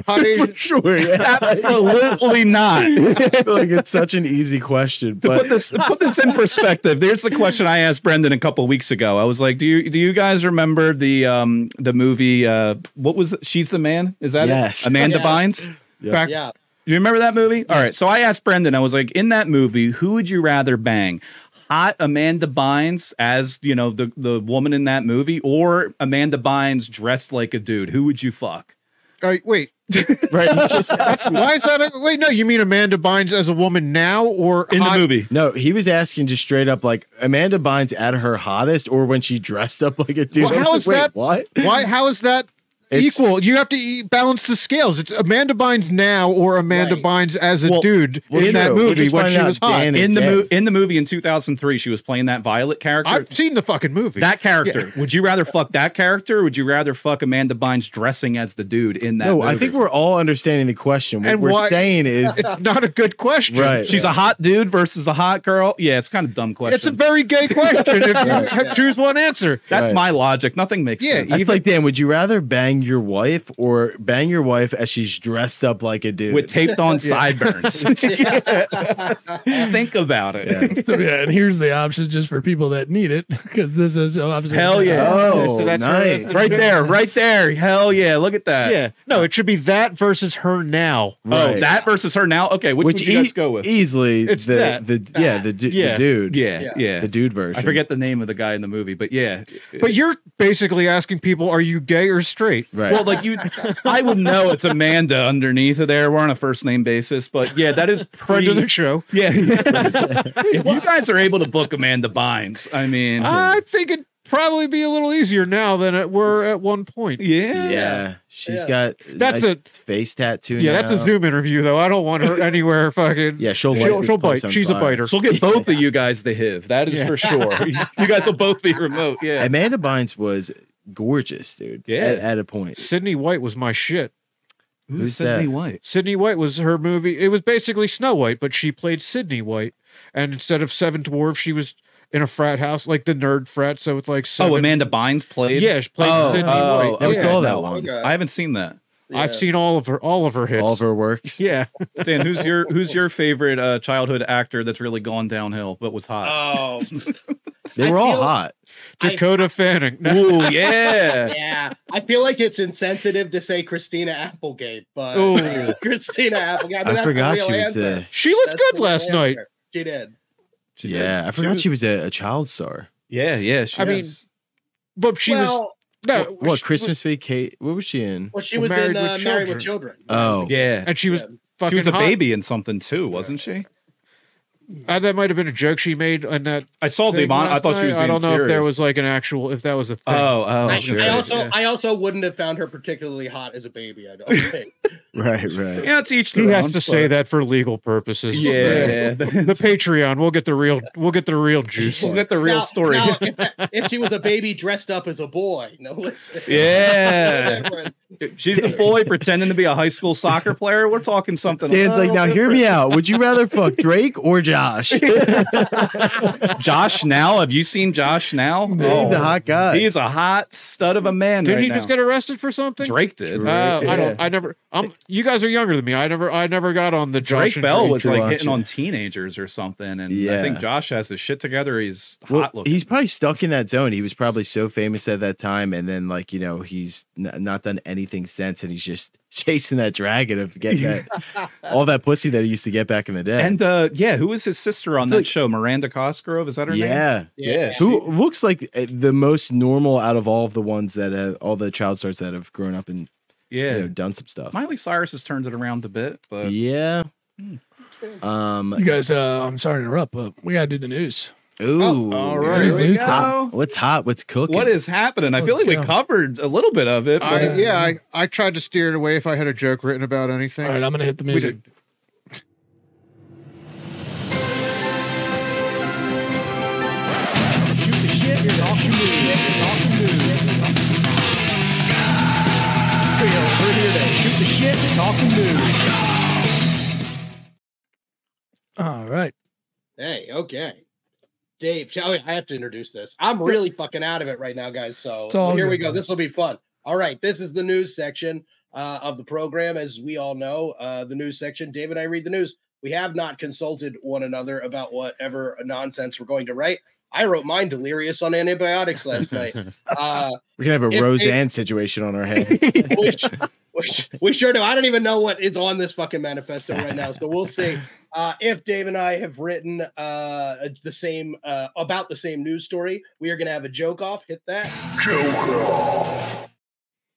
Speaker 5: hot
Speaker 8: *laughs*
Speaker 5: Asian.
Speaker 8: Sure. Yeah.
Speaker 3: Absolutely not.
Speaker 8: I feel like it's such an easy question,
Speaker 3: to
Speaker 8: but
Speaker 3: put this put this in perspective, there's the question I asked Brendan a couple weeks ago. I was like, "Do you do you guys remember the um the movie? Uh, what was it? She's the Man? Is that
Speaker 8: Yes.
Speaker 3: it? Amanda
Speaker 7: Yeah.
Speaker 3: Bynes?
Speaker 5: Back
Speaker 7: yeah.
Speaker 3: You remember that movie? All right. So I asked Brendan. I was like, in that movie, who would you rather bang? Hot Amanda Bynes as you know the the woman in that movie, or Amanda Bynes dressed like a dude? Who would you fuck?
Speaker 5: uh, wait,
Speaker 8: right. He just, *laughs*
Speaker 5: why is that? A, wait, no, you mean Amanda Bynes as a woman now or
Speaker 3: In
Speaker 5: hot-
Speaker 3: the movie,
Speaker 8: no, he was asking just straight up like Amanda Bynes at her hottest or when she dressed up like a dude.
Speaker 5: Well,
Speaker 8: I was
Speaker 5: how is
Speaker 8: like,
Speaker 5: that-
Speaker 8: Wait, what?
Speaker 5: Why? How is that
Speaker 8: It's-
Speaker 5: equal. You have to e- balance the scales. It's Amanda Bynes now or Amanda Bynes as a
Speaker 3: Well,
Speaker 5: dude
Speaker 8: well,
Speaker 5: in that
Speaker 8: true. We
Speaker 5: movie
Speaker 8: just
Speaker 5: when
Speaker 8: found
Speaker 5: she
Speaker 8: out
Speaker 5: was hot.
Speaker 8: Dan is-
Speaker 3: in the
Speaker 8: yeah.
Speaker 3: mo- in the movie in 2003 she was playing that violet character
Speaker 5: I've seen the fucking movie.
Speaker 3: that character would you rather fuck that character or would you rather fuck amanda bynes dressing as the dude in that
Speaker 8: No, I
Speaker 3: movie?
Speaker 8: think we're all understanding the question. What
Speaker 5: And
Speaker 8: we're
Speaker 5: why-
Speaker 8: saying
Speaker 5: *laughs*
Speaker 8: is
Speaker 5: it's not a good question.
Speaker 8: right.
Speaker 3: she's a hot dude versus a hot girl yeah it's kind of dumb question
Speaker 5: It's a very gay
Speaker 8: *laughs*
Speaker 5: question. if you choose one answer,
Speaker 3: that's
Speaker 8: Right.
Speaker 3: my logic nothing makes
Speaker 5: Yeah,
Speaker 3: sense
Speaker 8: That's like Dan. Would you rather bang your wife or bang your wife as she's dressed up like a dude?
Speaker 3: with taped on sideburns *laughs* think about it
Speaker 9: So, yeah, and here's the options just for people that need it because this is obviously
Speaker 3: hell yeah
Speaker 8: oh,
Speaker 5: That's right.
Speaker 8: nice.
Speaker 3: right there right there hell yeah look at that
Speaker 5: yeah, no, it should be that versus her now.
Speaker 3: oh
Speaker 8: Right.
Speaker 3: that versus her now okay which, would you
Speaker 8: e-
Speaker 3: guys go with
Speaker 8: easily
Speaker 5: It's
Speaker 8: the,
Speaker 5: that.
Speaker 8: the yeah the, du-
Speaker 5: Yeah.
Speaker 8: the dude
Speaker 3: yeah yeah,
Speaker 8: the dude version.
Speaker 3: I forget the name of the guy in the movie, but yeah.
Speaker 5: But you're basically asking people, are you gay or straight?
Speaker 8: Right.
Speaker 3: Well, like you, I would know it's Amanda underneath of there. We're on a first name basis, but yeah, that
Speaker 5: *laughs*
Speaker 3: is
Speaker 5: Friend of
Speaker 3: pretty.
Speaker 5: the show.
Speaker 3: Yeah,
Speaker 5: *laughs*
Speaker 3: if you guys are able to book Amanda Bynes, I mean,
Speaker 5: I think it'd probably be a little easier now than it were at one point. Yeah,
Speaker 3: yeah,
Speaker 8: yeah, she's
Speaker 7: Yeah.
Speaker 8: got
Speaker 5: That's
Speaker 8: nice
Speaker 5: a-
Speaker 8: face tattoo.
Speaker 5: that's a
Speaker 8: now.
Speaker 5: Zoom interview though. I don't want her anywhere. Fucking
Speaker 8: Yeah, she'll light
Speaker 5: she'll,
Speaker 8: this
Speaker 5: she'll
Speaker 8: place
Speaker 5: bite.
Speaker 8: on
Speaker 5: She's
Speaker 8: fire.
Speaker 5: a biter.
Speaker 3: She'll get both of you guys the HIV. That is for
Speaker 5: *laughs*
Speaker 3: sure. You guys will both be remote. Yeah.
Speaker 8: Amanda Bynes was gorgeous, dude.
Speaker 3: Yeah.
Speaker 8: at, at a point.
Speaker 5: Sydney White was my shit.
Speaker 8: Who's
Speaker 3: Sydney
Speaker 8: that?
Speaker 3: White?
Speaker 5: Sydney White was her movie. It was basically Snow White, but she played Sydney White. And instead of seven dwarfs, she was in a frat house, like the nerd frat. So it's like seven.
Speaker 3: Oh, Amanda Bynes played.
Speaker 5: Yeah, she played
Speaker 3: Oh,
Speaker 5: Sydney
Speaker 3: oh,
Speaker 5: White.
Speaker 8: That was
Speaker 5: Yeah.
Speaker 8: called that one.
Speaker 7: Okay.
Speaker 3: I haven't seen that.
Speaker 5: I've seen all of her, all of her hits.
Speaker 8: All of her works.
Speaker 5: Yeah,
Speaker 3: Dan, who's your who's your favorite uh, childhood actor that's really gone downhill but was hot?
Speaker 7: Oh,
Speaker 8: They
Speaker 7: I
Speaker 8: were all
Speaker 7: feel-
Speaker 8: hot.
Speaker 5: Dakota Fanning. No,
Speaker 3: Ooh, Oh, yeah.
Speaker 7: yeah. I feel like it's insensitive to say Christina Applegate, but
Speaker 5: Ooh.
Speaker 7: *laughs* Christina Applegate. I, mean,
Speaker 8: I,
Speaker 7: that's the
Speaker 8: forgot
Speaker 7: real
Speaker 8: she was.
Speaker 7: answer.
Speaker 8: A,
Speaker 5: she looked
Speaker 7: That's
Speaker 5: good
Speaker 7: the real
Speaker 5: last night.
Speaker 7: answer. She did.
Speaker 8: yeah, I forgot she was a, a child star.
Speaker 3: Yeah, yeah. She
Speaker 5: *laughs* I mean,
Speaker 3: is.
Speaker 5: But she was
Speaker 7: well,
Speaker 5: no
Speaker 8: what, what
Speaker 5: she-
Speaker 8: Christmas Vacation? What was she in?
Speaker 7: well, she
Speaker 5: We're
Speaker 7: was
Speaker 5: married
Speaker 7: in uh,
Speaker 5: with
Speaker 7: Married with Children.
Speaker 8: Oh,
Speaker 3: yeah.
Speaker 5: and she was
Speaker 7: Yeah.
Speaker 5: fucking
Speaker 3: She was a
Speaker 5: hot.
Speaker 3: baby in something too, wasn't she?
Speaker 5: Uh, that might have been a joke she made on that.
Speaker 3: I saw
Speaker 5: thing
Speaker 3: the. Mon- I
Speaker 5: last
Speaker 3: thought she was.
Speaker 5: night. I
Speaker 3: Being
Speaker 5: don't know if there
Speaker 3: serious.
Speaker 5: was like an actual if that was a thing.
Speaker 3: Oh, oh.
Speaker 7: I,
Speaker 3: sure.
Speaker 7: I also,
Speaker 3: Yeah.
Speaker 7: I also wouldn't have found her particularly hot as a baby.
Speaker 3: *laughs*
Speaker 7: I don't think.
Speaker 8: Oh, *laughs* right, right.
Speaker 3: Yeah, it's each.
Speaker 5: he
Speaker 3: their
Speaker 5: has
Speaker 3: own,
Speaker 5: to say
Speaker 3: but-
Speaker 5: that for legal purposes.
Speaker 3: Yeah,
Speaker 5: the Patreon. We'll get the real. We'll get the real juice.
Speaker 3: we'll get the real
Speaker 7: Now-
Speaker 3: story. *laughs*
Speaker 7: now, if, that- if she was a baby dressed up as a boy, no listen.
Speaker 3: *laughs*
Speaker 7: *laughs*
Speaker 3: yeah, she's a boy pretending to be a high school soccer player. We're talking something. a
Speaker 8: Dan's like,
Speaker 3: little
Speaker 8: now hear
Speaker 3: different."
Speaker 8: me out. Would you rather fuck Drake or Josh? *laughs* He's
Speaker 3: Josh. Now, have you seen Josh? Now, oh,
Speaker 8: a hot guy.
Speaker 3: he's a hot stud of a man.
Speaker 5: Did
Speaker 3: right
Speaker 5: he just
Speaker 3: now.
Speaker 5: get arrested for something?
Speaker 3: Drake? Did
Speaker 5: Uh, I don't. I never. I'm. You guys are younger than me. I never. I never got on the Josh
Speaker 3: Drake
Speaker 5: and
Speaker 3: Bell
Speaker 5: Drake.
Speaker 3: was like
Speaker 8: watch
Speaker 3: hitting
Speaker 8: it.
Speaker 3: on teenagers or something, and I
Speaker 8: Yeah.
Speaker 3: think Josh has his shit together. He's hot
Speaker 8: Well,
Speaker 3: looking.
Speaker 8: he's probably stuck in that zone. He was probably so famous at that time, and then like you know he's n- not done anything since, and he's just *laughs* chasing that dragon of getting that
Speaker 3: *laughs*
Speaker 8: all that pussy that he used to get back in the day.
Speaker 3: and uh, yeah, who is his sister on that show? Miranda Cosgrove is that her name?
Speaker 8: yeah,
Speaker 3: Yeah,
Speaker 8: who looks like uh, the most normal out of all of the ones that have all the child stars that have grown up and
Speaker 3: yeah.
Speaker 8: you know, done some stuff.
Speaker 3: Miley Cyrus has turned it around a bit, but
Speaker 8: yeah.
Speaker 3: Hmm.
Speaker 8: Um.
Speaker 9: You guys, uh, I'm sorry to interrupt, but we gotta do the news.
Speaker 3: oh,
Speaker 8: Ooh.
Speaker 5: all
Speaker 8: dude,
Speaker 5: right.
Speaker 9: Here we
Speaker 8: What's
Speaker 9: go.
Speaker 8: hot? What's hot? What's cooking?
Speaker 3: what is happening? I feel like
Speaker 9: Let's
Speaker 3: we
Speaker 9: go.
Speaker 3: covered a little bit of it. But
Speaker 5: Oh, I, yeah, I, I tried to steer it away if I had a joke written about anything.
Speaker 9: All right, I'm gonna hit the
Speaker 5: we
Speaker 9: music.
Speaker 5: did.
Speaker 6: Shoot the shit. Here's all she needs. Here's all she needs. Here we go. We're here to shoot the shit and talk the news.
Speaker 9: All right,
Speaker 7: Hey, okay. Dave, shall we- I have to introduce this. I'm really fucking out of it right now, guys. So
Speaker 9: It's all
Speaker 7: here we
Speaker 9: good,
Speaker 7: go.
Speaker 9: man.
Speaker 7: This will be fun. All right. This is the news section uh, of the program. As we all know, uh, the news section, Dave and I read the news. We have not consulted one another about whatever nonsense we're going to write. I wrote mine delirious on antibiotics last
Speaker 9: *laughs*
Speaker 7: night. Uh,
Speaker 8: We're gonna have a
Speaker 7: If-
Speaker 8: Roseanne
Speaker 3: *laughs*
Speaker 8: situation on our hands.
Speaker 7: which, which we sure do. I don't even know what is on this fucking manifesto right now. So we'll see uh, if Dave and I have written uh, the same uh, about the same news story. We are going to have a joke off. Hit that joke off.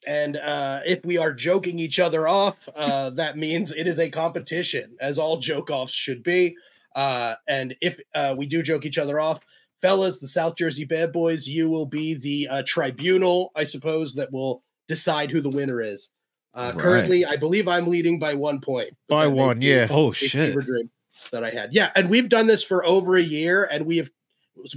Speaker 7: And uh, if we are joking each other off, uh, that means it is a competition, as all joke offs should be. Uh, and if uh, we do joke each other off, fellas, the South Jersey Bad Boys, you will be the uh, tribunal, I suppose, that will decide who the winner is. Uh, Currently, I believe I'm leading by one point.
Speaker 5: By one, yeah.
Speaker 3: Oh
Speaker 7: Big
Speaker 3: shit. *laughs*
Speaker 7: fever dream that I had. Yeah, and we've done this for over a year, and we have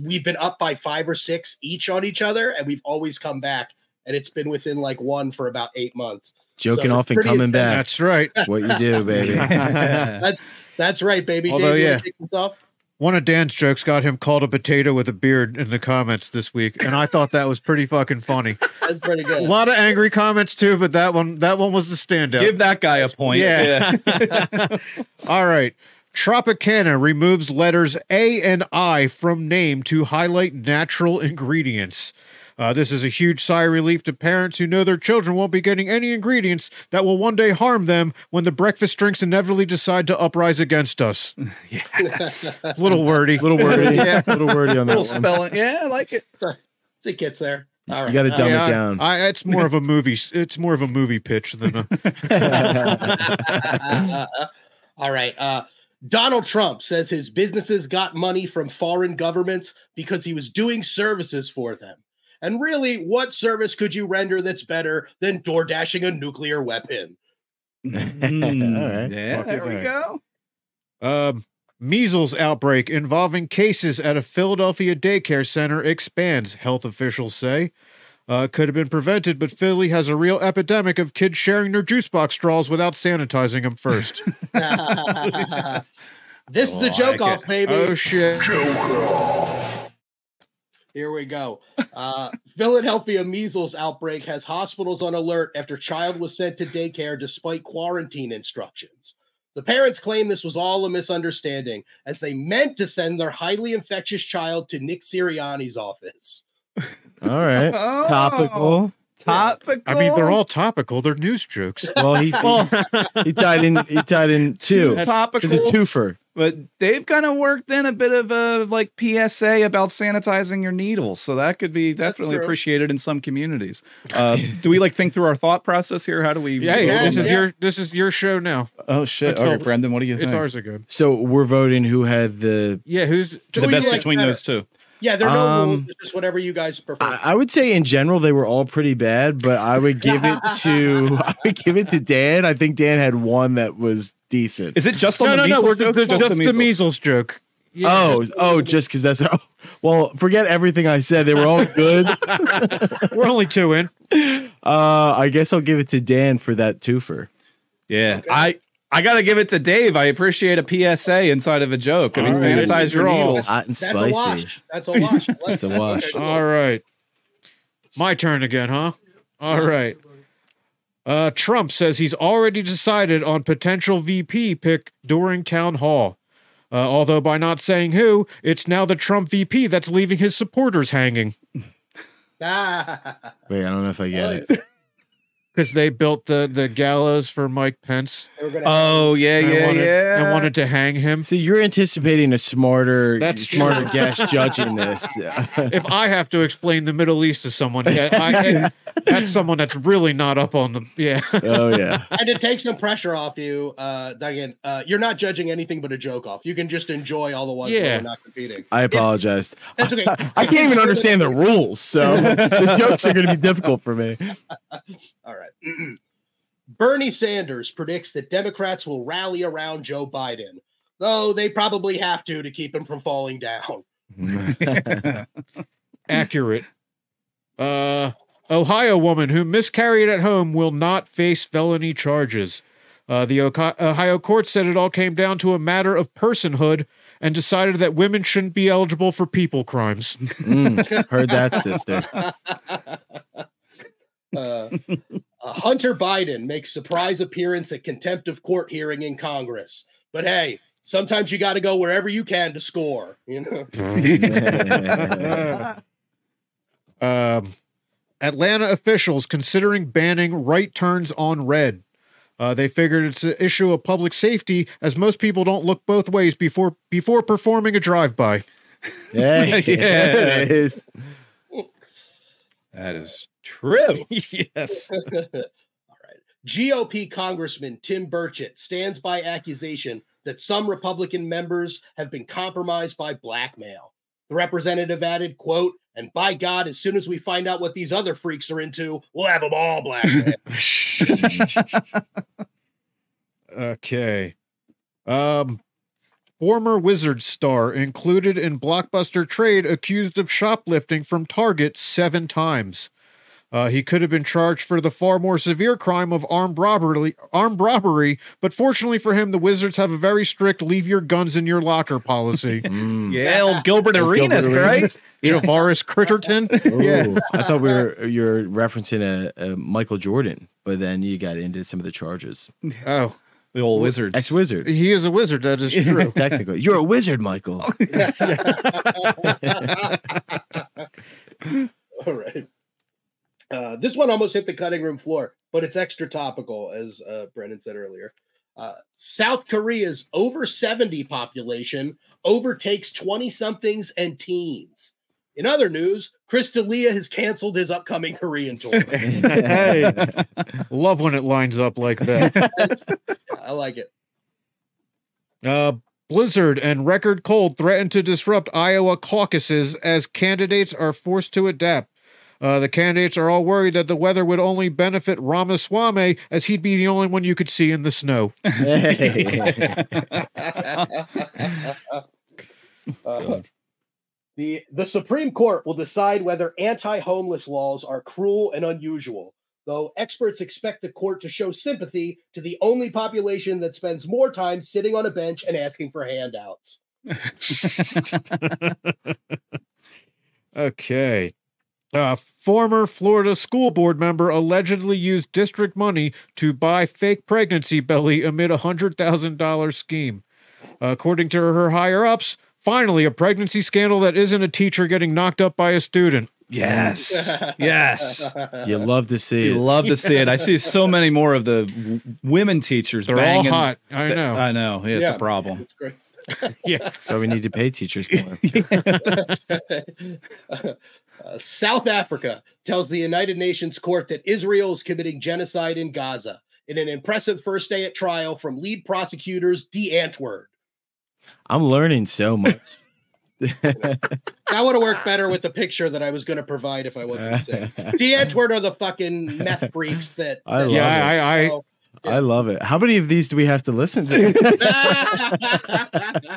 Speaker 7: we've been up by five or six each on each other, and we've always come back, and it's been within like one for about eight months.
Speaker 8: Joking
Speaker 7: So
Speaker 8: off and
Speaker 7: pretty-
Speaker 8: coming back.
Speaker 5: That's right.
Speaker 8: what you do,
Speaker 3: *laughs*
Speaker 8: baby.
Speaker 9: *laughs*
Speaker 7: That's that's right, baby.
Speaker 5: Although,
Speaker 7: Dave, you wanna
Speaker 5: yeah.
Speaker 7: kick this off?
Speaker 5: One of Dan's jokes got him called a potato with a beard in the comments this week, and I thought that was pretty fucking funny.
Speaker 7: That's pretty
Speaker 5: A
Speaker 7: good.
Speaker 5: lot of angry comments too, but that one that one was the standout.
Speaker 3: Give that guy a point. *laughs*
Speaker 5: Yeah. All right. Tropicana removes letters A and I from name to highlight natural ingredients. Uh, this is a huge sigh of relief to parents who know their children won't be getting any ingredients that will one day harm them when the breakfast drinks inevitably decide to uprise against
Speaker 8: *laughs*
Speaker 5: us.
Speaker 3: yes.
Speaker 5: *laughs* Little wordy.
Speaker 8: little *laughs* wordy.
Speaker 5: *laughs* Yeah.
Speaker 8: Little wordy on that
Speaker 3: Little
Speaker 8: one.
Speaker 3: spelling. Yeah, I like it.
Speaker 7: It gets there. All
Speaker 8: You
Speaker 7: right. Uh,
Speaker 8: got to dumb
Speaker 5: Yeah, I-
Speaker 8: it down.
Speaker 5: I, it's more of a movie. It's more of a movie pitch than a.
Speaker 7: *laughs* All right. Uh, Donald Trump says his businesses got money from foreign governments because he was doing services for them. And really, what service could you render that's better than door dashing a nuclear weapon? *laughs*
Speaker 3: Mm,
Speaker 8: right.
Speaker 3: Yeah,
Speaker 8: Fuck
Speaker 3: there
Speaker 8: it,
Speaker 3: we
Speaker 8: all right.
Speaker 3: go.
Speaker 5: Um, measles outbreak involving cases at a Philadelphia daycare center expands, health officials say. Uh, could have been prevented, but Philly has a real epidemic of kids sharing their juice box straws without sanitizing them first.
Speaker 7: this is a joke
Speaker 3: Like it.
Speaker 7: off, baby.
Speaker 5: oh shit!
Speaker 7: Here we go. Uh, *laughs* Philadelphia measles outbreak has hospitals on alert after child was sent to daycare despite quarantine instructions. The parents claim this was all a misunderstanding, as they meant to send their highly infectious child to Nick Sirianni's office.
Speaker 8: All right.
Speaker 3: Oh.
Speaker 8: Topical.
Speaker 3: Topical.
Speaker 5: I mean, they're all topical. They're news jokes.
Speaker 8: Well, he *laughs* he tied in he tied in two.
Speaker 3: topical.
Speaker 8: It's a twofer.
Speaker 3: But they've kind of worked in a bit of a like PSA about sanitizing your needles, so that could be definitely
Speaker 7: true.
Speaker 3: appreciated in some *laughs* communities. Uh, do we like think through our thought process here? How do we?
Speaker 5: Yeah, yeah.
Speaker 7: yeah,
Speaker 5: This is
Speaker 7: yeah.
Speaker 5: your this is your show now.
Speaker 3: Oh shit!
Speaker 5: It's
Speaker 3: Okay,
Speaker 5: all-
Speaker 3: Brendan, what do you think?
Speaker 5: It's ours again.
Speaker 8: So we're voting who had the.
Speaker 5: Yeah, who's
Speaker 3: The
Speaker 7: What do you
Speaker 3: best
Speaker 7: like
Speaker 3: between
Speaker 7: better?
Speaker 3: those two.
Speaker 7: Yeah, there are no rules.
Speaker 8: Um, ah,
Speaker 7: It's just whatever you guys prefer.
Speaker 8: I, I would say in general they were all pretty bad, but I would give it to I would give it to Dan. I think Dan had one that was decent.
Speaker 3: Is it just on
Speaker 5: No,
Speaker 3: the
Speaker 5: no, no.
Speaker 3: measles
Speaker 5: We're
Speaker 3: joke?
Speaker 5: just, just the measles, joke.
Speaker 8: oh, oh, just because that's *laughs* how. Well, forget everything I said. They were all good. uh,
Speaker 5: We're only two in.
Speaker 8: I guess I'll give it to Dan for that twofer.
Speaker 3: Yeah, I I gotta give it to Dave. I appreciate a PSA inside of a joke. I mean,
Speaker 8: All right.
Speaker 3: sanitize your
Speaker 5: You're all-
Speaker 3: needles.
Speaker 8: Hot and
Speaker 7: That's
Speaker 8: spicy.
Speaker 7: a wash. That's a
Speaker 8: *laughs*
Speaker 7: wash.
Speaker 8: That's a
Speaker 7: *laughs*
Speaker 8: wash.
Speaker 5: All right. My turn again, huh? All right. Uh, Trump says he's already decided on potential VP pick during town hall. Uh, although by not saying who, it's now the Trump VP that's leaving his supporters hanging
Speaker 8: Uh,
Speaker 7: Ah,
Speaker 8: Wait, I don't know if I get it.
Speaker 5: because they built the the gallows for Mike Pence.
Speaker 7: they *laughs* were gonna-
Speaker 3: Oh yeah,
Speaker 5: and
Speaker 3: yeah,
Speaker 5: wanted,
Speaker 3: yeah.
Speaker 5: And wanted to hang him.
Speaker 8: See, you're anticipating a smarter,
Speaker 5: That's-
Speaker 8: smarter guest judging this. Yeah.
Speaker 5: If I have to explain the Middle East to someone, yeah, I,
Speaker 3: *laughs*
Speaker 5: that's someone that's really not up on the yeah.
Speaker 8: oh yeah.
Speaker 7: and to take some pressure off you, uh, Diane, uh, you're not judging anything but a joke off. You can just enjoy all the ones
Speaker 5: Yeah.
Speaker 7: where we're not competing.
Speaker 8: I apologized.
Speaker 7: That's okay.
Speaker 8: *laughs* I can't even understand the rules, so the jokes are going to be difficult for me.
Speaker 7: All right. Bernie Sanders predicts that Democrats will rally around Joe Biden, though they probably have to to keep him from falling down.
Speaker 5: accurate. Uh, Ohio woman who miscarried at home will not face felony charges. Uh, the Oka- Ohio court said it all came down to a matter of personhood and decided that women shouldn't be eligible for people crimes.
Speaker 8: Mm, heard that, sister.
Speaker 7: Uh, uh, Hunter Biden makes surprise appearance at contempt of court hearing in Congress. But hey, sometimes you got to go wherever you can to score. You know,
Speaker 5: Um, Atlanta officials considering banning right turns on red. Uh, they figured it's an issue of public safety, as most people don't look both ways before before performing a drive by.
Speaker 8: Hey, there it is.
Speaker 3: that is *laughs* true.
Speaker 5: yes.
Speaker 7: GOP Congressman Tim Burchett stands by accusation that some Republican members have been compromised by blackmail. The representative added, quote, and by God, as soon as we find out what these other freaks are into, we'll have them all black.
Speaker 5: Okay. Um, former Wizard star included in blockbuster trade accused of shoplifting from Target seven times. Uh, he could have been charged for the far more severe crime of armed robbery, armed robbery, but fortunately for him, the Wizards have a very strict "leave your guns in your locker" policy.
Speaker 3: Yeah, old Gilbert Arenas, right?
Speaker 5: Javaris Critterton.
Speaker 8: yeah. I thought we were you're referencing a, a Michael Jordan, but then you got into some of the charges.
Speaker 5: Oh,
Speaker 3: The old wizards.
Speaker 5: *laughs*
Speaker 8: Ex wizard.
Speaker 5: he is a wizard. That is
Speaker 8: *laughs*
Speaker 5: true.
Speaker 8: Technically. You're a wizard, Michael.
Speaker 7: *laughs* All right. Uh, this one almost hit the cutting room floor, but it's extra topical, as uh, Brendan said earlier. Uh, South Korea's over 70 population overtakes 20 somethings and teens. In other news, Chris D'Elia has canceled his upcoming Korean tour.
Speaker 5: hey, love when it lines up like that.
Speaker 7: I like it.
Speaker 5: Uh, blizzard and record cold threaten to disrupt Iowa caucuses as candidates are forced to adapt. Uh, the candidates are all worried that the weather would only benefit Ramaswamy, as he'd be the only one you could see in the snow.
Speaker 7: Uh, the the Supreme Court will decide whether anti-homeless laws are cruel and unusual. Though experts expect the court to show sympathy to the only population that spends more time sitting on a bench and asking for handouts.
Speaker 5: Okay. Uh, former Florida school board member allegedly used district money to buy fake pregnancy belly amid a $100,000 scheme. according to her higher ups, finally, a pregnancy scandal that isn't a teacher getting knocked up by a student. *laughs*
Speaker 3: Yes. Yes.
Speaker 8: you love to see
Speaker 3: You
Speaker 8: it.
Speaker 3: love to see it. I see so many more of the w- women teachers
Speaker 5: They're
Speaker 3: banging.
Speaker 5: all hot. I know.
Speaker 3: I know. Yeah, it's
Speaker 7: Yeah.
Speaker 3: a problem.
Speaker 7: That's great.
Speaker 8: So we need to pay teachers more.
Speaker 7: Uh, South Africa tells the United Nations court that Israel is committing genocide in Gaza in an impressive first day at trial from lead prosecutors D. Antwoord.
Speaker 8: I'm learning so much.
Speaker 7: That would have worked better with the picture that I was going to provide if I
Speaker 8: *laughs*
Speaker 7: wasn't sick. D. Antwoord are the fucking meth freaks that.
Speaker 8: I
Speaker 7: that-
Speaker 8: love
Speaker 5: yeah, I, I, I,
Speaker 7: Oh.
Speaker 8: I love it. How many of these do we have to listen to?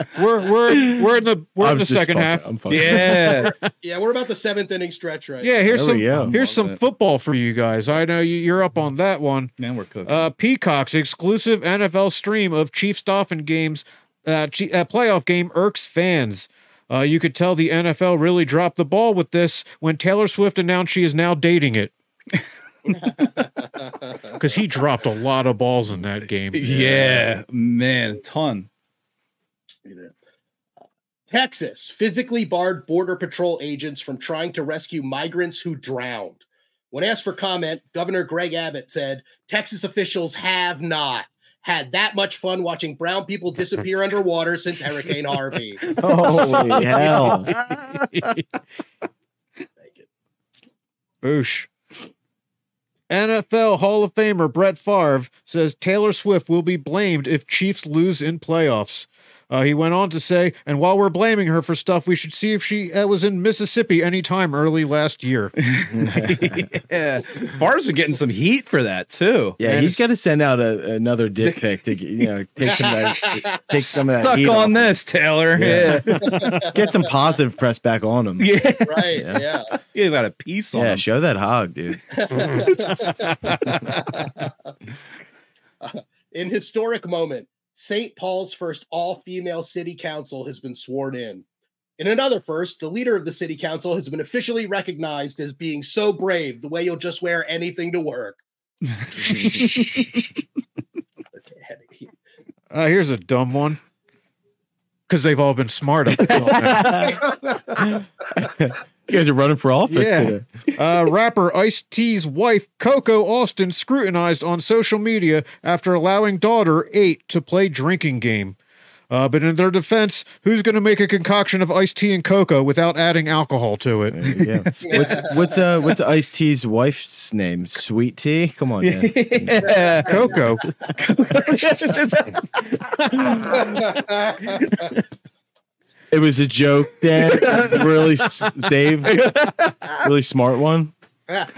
Speaker 3: *laughs*
Speaker 5: we're we're we're in the we're
Speaker 8: I'm
Speaker 5: in the
Speaker 8: just
Speaker 5: second
Speaker 8: fucking-
Speaker 5: half.
Speaker 8: I'm fucking-
Speaker 3: Yeah.
Speaker 7: *laughs* yeah, we're about the seventh inning stretch right
Speaker 5: Yeah, here's
Speaker 8: There we
Speaker 5: some
Speaker 3: *laughs*
Speaker 8: go.
Speaker 5: here's some
Speaker 3: Love it.
Speaker 5: football for you guys. I know you, you're up on that one.
Speaker 3: now we're cooking.
Speaker 5: Uh, Peacock's exclusive NFL stream of Chiefs Dolphin games, uh, Chi- uh, playoff game irks fans. Uh, you could tell the NFL really dropped the ball with this when Taylor Swift announced she is now dating it. *laughs* Because he dropped a lot of balls in that game.
Speaker 3: yeah, man, ton.
Speaker 7: Texas physically barred Border Patrol agents from trying to rescue migrants who drowned. When asked for comment, Governor Greg Abbott said, Texas officials have not had that much fun watching brown people disappear underwater since Hurricane Harvey.
Speaker 8: Holy hell.
Speaker 5: Boosh. NFL Hall of Famer Brett Favre says Taylor Swift will be blamed if Chiefs lose in playoffs. Uh, he went on to say, and while we're blaming her for stuff, we should see if she uh, was in Mississippi anytime early last year.
Speaker 3: *laughs* Yeah. Bars are getting some heat for that too.
Speaker 8: Yeah, he's got to send out a, another dick pic to you know take some of
Speaker 3: *laughs*
Speaker 8: that, take some of that
Speaker 3: Suck
Speaker 8: heat
Speaker 3: on
Speaker 8: off.
Speaker 3: this, Taylor. Yeah. *laughs*
Speaker 8: Yeah. Get some positive press back on him.
Speaker 3: Yeah.
Speaker 7: right. Yeah.
Speaker 3: You got a piece on
Speaker 8: Yeah,
Speaker 3: him.
Speaker 8: show that hog, dude.
Speaker 7: In historic moment, St. Paul's first all-female city council has been sworn in. In another first, the leader of the city council has been officially recognized as being so brave, the way you'll just wear anything to work. *laughs*
Speaker 5: Uh, here's a dumb one. Because they've all been smart up until now.
Speaker 8: You guys are running for office.
Speaker 5: Yeah.
Speaker 8: today.
Speaker 5: uh, rapper Ice T's wife, Coco Austin, scrutinized on social media after allowing daughter eight to play drinking game. Uh, but in their defense, who's going to make a concoction of iced tea and cocoa without adding alcohol to it?
Speaker 8: *laughs*
Speaker 3: *laughs*
Speaker 8: Yeah. What's what's uh what's Ice T's wife's name? Sweet Tea? Come
Speaker 3: *laughs*
Speaker 8: on, man.
Speaker 5: Cocoa.
Speaker 10: It was a joke, Dan. really, s-
Speaker 3: *laughs*
Speaker 10: Dave. Really smart one.
Speaker 7: There's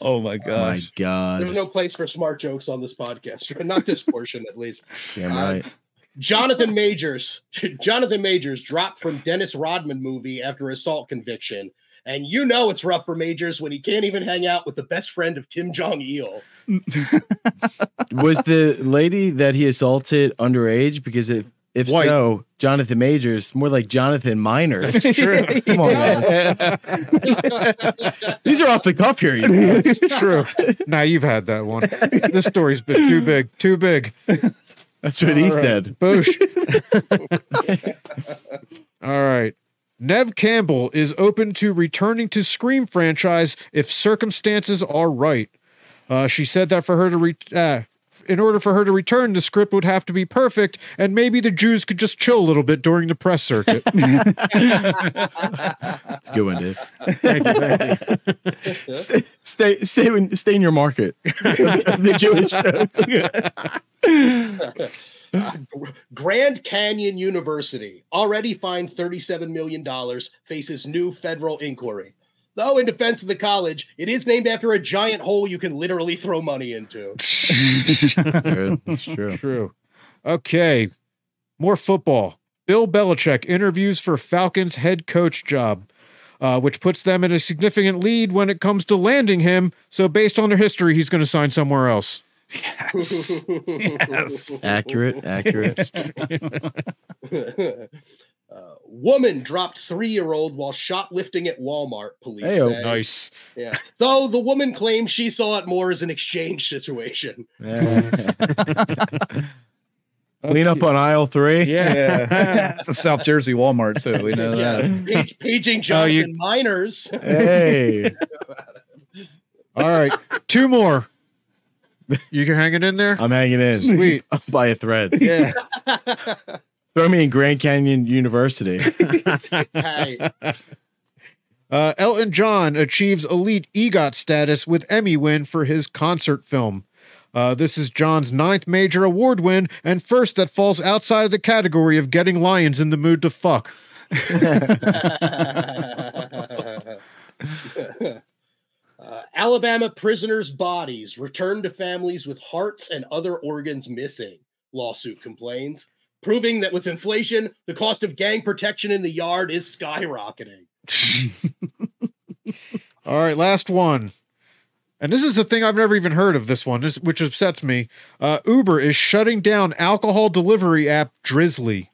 Speaker 3: Oh my gosh.
Speaker 10: My God.
Speaker 7: no place for smart jokes on this podcast, *laughs* or not this portion at least.
Speaker 10: Damn
Speaker 7: Uh,
Speaker 10: right.
Speaker 7: Jonathan Majors. *laughs* Jonathan Majors dropped from Dennis Rodman movie after assault conviction. And you know it's rough for Majors when he can't even hang out with the best friend of Kim Jong Il.
Speaker 10: Was the lady that he assaulted underage? Because if if
Speaker 5: White.
Speaker 10: so, Jonathan Majors, more like Jonathan Minor.
Speaker 5: That's true.
Speaker 10: *laughs* Come on, man. *laughs* These are off the cuff here. You know?
Speaker 5: It's true. Now you've had that one. This story's been too big, too big.
Speaker 10: That's what he said.
Speaker 5: Boosh. *laughs* All right. Nev Campbell is open to returning to Scream franchise if circumstances are right. Uh, she said that for her to re- uh, in order for her to return, the script would have to be perfect, and maybe the Jews could just chill a little bit during the press circuit.
Speaker 10: It's a good one, Dave. stay, stay, stay, in- stay in your
Speaker 5: *laughs*
Speaker 10: market. the Jewish jokes.
Speaker 7: Grand Canyon University already fined $37 million, faces new federal inquiry. Though, in defense of the college, it is named after a giant hole you can literally throw money into.
Speaker 10: That's true.
Speaker 5: True. Okay. More football. Bill Belichick interviews for Falcons head coach job, uh, which puts them in a significant lead when it comes to landing him. So, based on their history, he's going to sign somewhere else.
Speaker 3: Yes. Yes.
Speaker 10: Accurate, accurate.
Speaker 7: uh, woman dropped three year old while shoplifting at Walmart, police
Speaker 10: Hey, oh,
Speaker 7: say.
Speaker 5: Nice.
Speaker 7: Yeah. Though the woman claims she saw it more as an exchange
Speaker 5: *laughs*
Speaker 7: situation.
Speaker 10: Clean up on aisle three.
Speaker 5: Yeah.
Speaker 3: That's a South Jersey Walmart too. We know that.
Speaker 7: Page, paging
Speaker 5: Oh,
Speaker 7: Jonathan
Speaker 5: you-
Speaker 7: minors.
Speaker 10: Hey.
Speaker 5: All right. *laughs* Two more. You can hang it in there.
Speaker 10: I'm hanging in.
Speaker 5: Sweet.
Speaker 10: By a thread.
Speaker 5: *laughs* Yeah.
Speaker 10: Throw me in Grand Canyon University.
Speaker 7: *laughs* Hey,
Speaker 5: Uh, Elton John achieves elite EGOT status with Emmy win for his concert film. Uh, this is John's ninth major award win and first that falls outside of the category of getting lions in the mood to fuck.
Speaker 7: Uh, Alabama prisoners' bodies returned to families with hearts and other organs missing, lawsuit complains, proving that with inflation, the cost of gang protection in the yard is skyrocketing.
Speaker 5: All right, last one. And this is the thing I've never even heard of this one, this, which upsets me. Uh, Uber is shutting down alcohol delivery app Drizzly.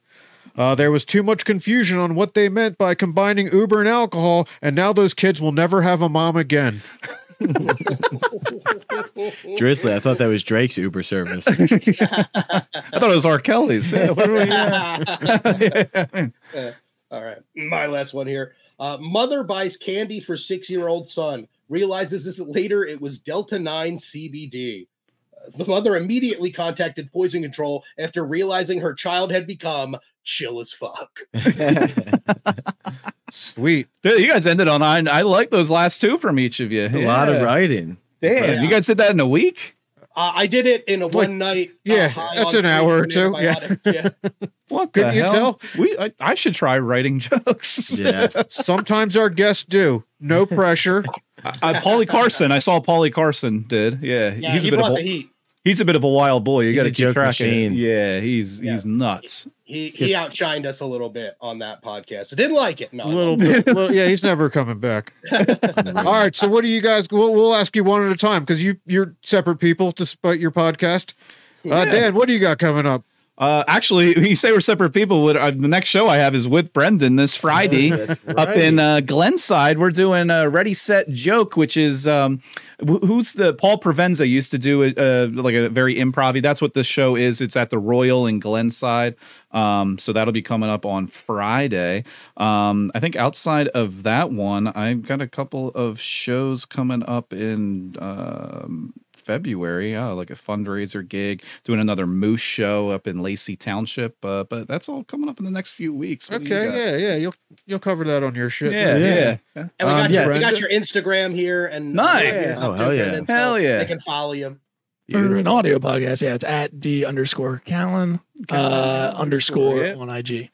Speaker 5: Uh, there was too much confusion on what they meant by combining Uber and alcohol, and now those kids will never have a mom again.
Speaker 10: Drizzly, I thought that was Drake's Uber service.
Speaker 3: I thought it was R. Kelly's. Yeah, what are we-
Speaker 7: *laughs* All right, my last one here. Uh, mother buys candy for six-year-old son. Realizes this later. It was Delta Nine CBD. Uh, The mother immediately contacted poison control after realizing her child had become chill as fuck.
Speaker 5: Sweet.
Speaker 3: Dude, you guys ended on I, I like those last two from each of you.
Speaker 10: A lot of writing.
Speaker 3: Damn, you guys did that in a week?
Speaker 7: Uh, I did it in a one night. uh,
Speaker 5: yeah,
Speaker 7: high
Speaker 5: that's an
Speaker 7: on
Speaker 5: hour or
Speaker 7: creatine
Speaker 5: two, yeah.
Speaker 7: antibiotics, Yeah.
Speaker 5: *laughs*
Speaker 3: What
Speaker 5: Couldn't
Speaker 3: the
Speaker 5: you
Speaker 3: hell?
Speaker 5: tell?
Speaker 3: We I, I should try writing *laughs* jokes.
Speaker 10: Yeah.
Speaker 5: Sometimes our guests do. No pressure.
Speaker 3: I, Polly Uh, Carson. I saw Polly Carson did. Yeah,
Speaker 7: Yeah,
Speaker 3: he's
Speaker 7: he
Speaker 3: a bit of
Speaker 7: brought the
Speaker 3: a,
Speaker 7: heat.
Speaker 3: he's a bit of a wild boy. You
Speaker 10: He's
Speaker 3: got to
Speaker 10: a
Speaker 3: keep
Speaker 10: joke
Speaker 3: track of it.
Speaker 10: machine.
Speaker 3: Yeah, he's
Speaker 7: Yeah.
Speaker 3: he's nuts.
Speaker 7: He, he outshined us a little bit on that podcast. I didn't like it.
Speaker 5: A
Speaker 7: No,
Speaker 5: little bit. Well, yeah, he's never coming back. All right. So, what do you guys? We'll, we'll ask you one at a time because you you're separate people despite your podcast. Uh, Dan, what do you got coming up?
Speaker 3: Uh, actually, *laughs* you say we're separate people. Would uh, the next show I have is with Brendan this Friday up in uh, Glenside. We're doing a Ready Set Joke, which is um, wh- who's the Paul Provenza used to do a, uh, like a very improv. That's what this show is. It's at the Royal in Glenside. Um, so that'll be coming up on Friday. Um, I think outside of that one, I've got a couple of shows coming up in. Um, February, yeah, like a fundraiser gig, doing another moose show up in Lacey Township. Uh, but that's all coming up in the next few weeks. What do you got?
Speaker 5: Okay. Yeah. Yeah. You'll you'll cover that on your shit.
Speaker 3: yeah, yeah, yeah.
Speaker 7: And we got,
Speaker 10: Um,
Speaker 7: your,
Speaker 10: yeah.
Speaker 7: we got your Instagram here and
Speaker 3: Nice.
Speaker 7: Yeah.
Speaker 10: Oh, hell yeah.
Speaker 7: And
Speaker 3: Hell yeah.
Speaker 7: They can follow you.
Speaker 9: For an audio podcast, yeah, it's at D underscore Callan uh, underscore
Speaker 3: yeah.
Speaker 9: on IG.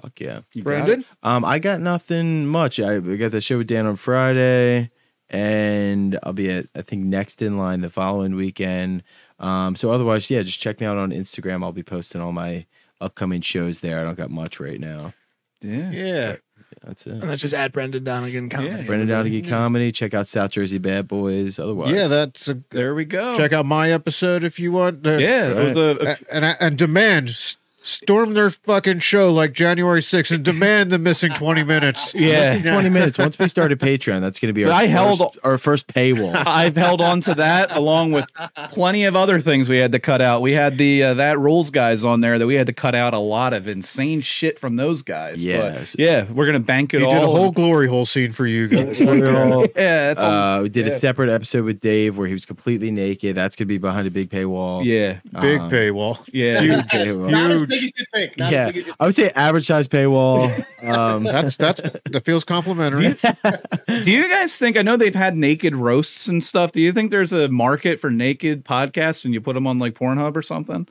Speaker 8: Fuck yeah.
Speaker 5: You got Brandon? it?
Speaker 8: Um, I got nothing much. I we got the show with Dan on Friday, and I'll be at I think next in line the following weekend. Um, so otherwise, yeah, just check me out on Instagram. I'll be posting all my upcoming shows there. I don't got much right now.
Speaker 3: Yeah.
Speaker 5: Yeah.
Speaker 8: That's
Speaker 9: And
Speaker 8: it.
Speaker 9: that's just add Brendan Donegan comedy.
Speaker 8: Brendan Donegan comedy. Check out South Jersey Bad Boys. Otherwise,
Speaker 5: Yeah, that's a
Speaker 3: There we go.
Speaker 5: check out my episode if you want. Uh,
Speaker 3: Oh. Yeah, it was a, a-
Speaker 5: a- and I- and demand s- storm their fucking show like January 6th and demand the missing 20 minutes.
Speaker 8: yeah, less than twenty minutes. Once we start a Patreon, that's going to be our
Speaker 3: But I held-
Speaker 8: first, our first paywall.
Speaker 3: *laughs* I've held on to that along with plenty of other things we had to cut out. We had the uh, that rules guys on there that we had to cut out a lot of insane shit from those guys.
Speaker 8: Yes.
Speaker 3: But yeah, we're gonna bank it
Speaker 5: He
Speaker 3: all.
Speaker 5: did a whole glory hole scene for you guys.
Speaker 3: Uh-huh. *laughs* yeah, that's all.
Speaker 8: Uh, we did a separate episode with Dave where he was completely naked. That's going to be behind a big paywall. *laughs*
Speaker 3: yeah,
Speaker 5: Big
Speaker 8: Um,
Speaker 5: paywall.
Speaker 3: yeah.
Speaker 8: Huge paywall.
Speaker 7: Not as big as you think. Not
Speaker 8: yeah,
Speaker 7: as big as you
Speaker 8: I would say average size paywall. Um,
Speaker 5: That's that's that feels
Speaker 3: *laughs*
Speaker 5: complimentary.
Speaker 3: Do you guys think? I know they've had naked roasts and stuff. Do you think there's a market for naked podcasts and you put them on like Pornhub or something?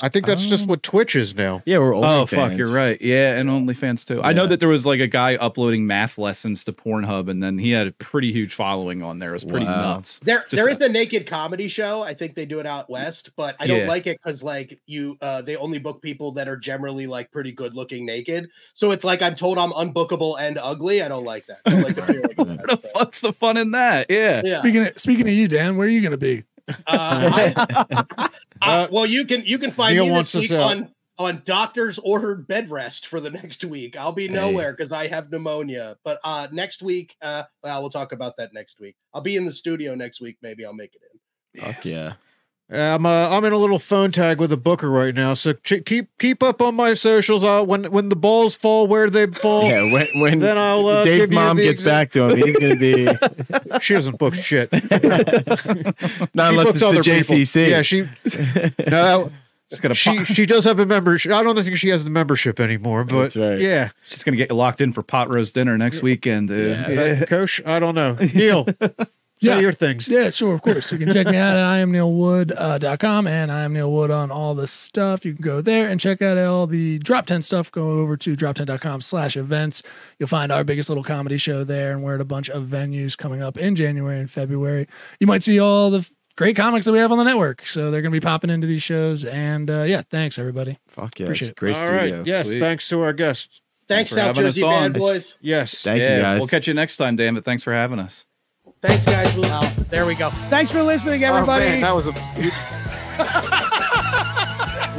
Speaker 5: I think that's just what Twitch is now.
Speaker 8: yeah, we're old.
Speaker 3: Oh fuck, you're right. Yeah, and OnlyFans too. I know that there was like a guy uploading math lessons to Pornhub, and then he had a pretty huge following on there. It was pretty
Speaker 8: Wow.
Speaker 3: nuts.
Speaker 7: There,
Speaker 3: Just-
Speaker 7: there is the naked comedy show. I think they do it out west, but I don't
Speaker 3: Yeah.
Speaker 7: like it because like you, uh, they only book people that are generally like pretty good looking naked. So it's like I'm told I'm unbookable and ugly. I don't like that. I
Speaker 3: *laughs*
Speaker 7: don't like the feeling of that,
Speaker 3: What the
Speaker 7: so,
Speaker 3: fuck's the fun in that? Yeah.
Speaker 7: Yeah.
Speaker 9: Speaking of, speaking of you, Dan, where are you going to be?
Speaker 7: Uh, I- I-
Speaker 5: Uh,
Speaker 7: well, you can you can find
Speaker 5: Neil
Speaker 7: me
Speaker 5: wants
Speaker 7: this
Speaker 5: us
Speaker 7: week
Speaker 5: out.
Speaker 7: on on doctor's ordered bed rest for the next week. I'll be nowhere because I have pneumonia. But uh next week, uh well, we'll talk about that next week. I'll be in the studio next week. Maybe I'll make it in.
Speaker 8: Fuck yeah.
Speaker 5: I'm uh, I'm in a little phone tag with a booker right now, so ch- keep keep up on my socials. Uh, when when the balls fall where they fall,
Speaker 8: Yeah, when, when
Speaker 5: Then I'll, uh,
Speaker 8: Dave's
Speaker 5: give you
Speaker 8: mom
Speaker 5: the
Speaker 8: gets
Speaker 5: exa-
Speaker 8: back to him, he's going to be
Speaker 5: she doesn't book shit.
Speaker 8: not
Speaker 5: she
Speaker 8: unless
Speaker 5: books
Speaker 8: it's the
Speaker 5: other
Speaker 8: JCC.
Speaker 5: People. Yeah,
Speaker 8: *laughs*
Speaker 5: she no,
Speaker 3: Just gonna
Speaker 5: that, she she does have a membership. I don't think she has the membership anymore, but
Speaker 8: That's right.
Speaker 5: yeah,
Speaker 3: She's gonna get locked in for pot roast dinner next weekend, dude.
Speaker 8: *laughs* Yeah.
Speaker 5: Uh, Coach, I don't
Speaker 8: *laughs*
Speaker 5: know. Neil, say
Speaker 9: Yeah.
Speaker 5: your things.
Speaker 9: Yeah, sure, of course. You can check me out at IamNeilWood.com and I am Neil Wood on all the stuff. You can go there and check out all the Drop 10 stuff. Go over to drop10.com slash events. You'll find our biggest little comedy show there and we're at a bunch of venues coming up in January and February. You might see all the f- great comics that we have on the network. So they're going to be popping into these shows. And uh, yeah, thanks, everybody.
Speaker 8: Fuck yeah.
Speaker 9: Appreciate it.
Speaker 8: It's great
Speaker 5: All
Speaker 8: studio.
Speaker 5: right. Yes.
Speaker 3: Sweet.
Speaker 5: Thanks to our guests.
Speaker 7: Thanks,
Speaker 3: for
Speaker 7: South
Speaker 3: having us
Speaker 7: Jersey
Speaker 3: on.
Speaker 7: Bad Boys.
Speaker 5: Yes.
Speaker 8: Thank you guys.
Speaker 3: We'll catch you next time, Dan. But thanks for having us.
Speaker 7: Thanks, guys. We'll- there we go.
Speaker 2: Thanks for listening, everybody.
Speaker 5: Oh, man, that was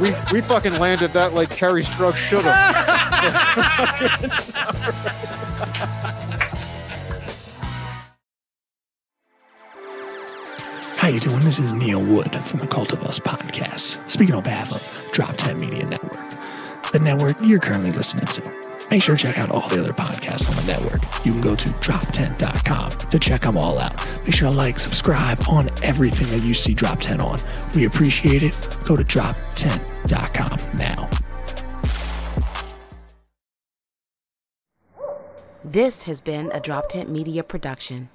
Speaker 5: a. *laughs* we we fucking landed that like Carrie Strug should have.
Speaker 11: How you doing? This is Neil Wood from the Cult of Us podcast, speaking on behalf of Drop 10 Media Network, the network you're currently listening to. Make sure to check out all the other podcasts on the network. You can go to drop10.com to check them all out. Make sure to like, subscribe on everything that you see Drop 10 on. We appreciate it. Go to drop10.com now.
Speaker 1: This has been a Drop Tent Media production.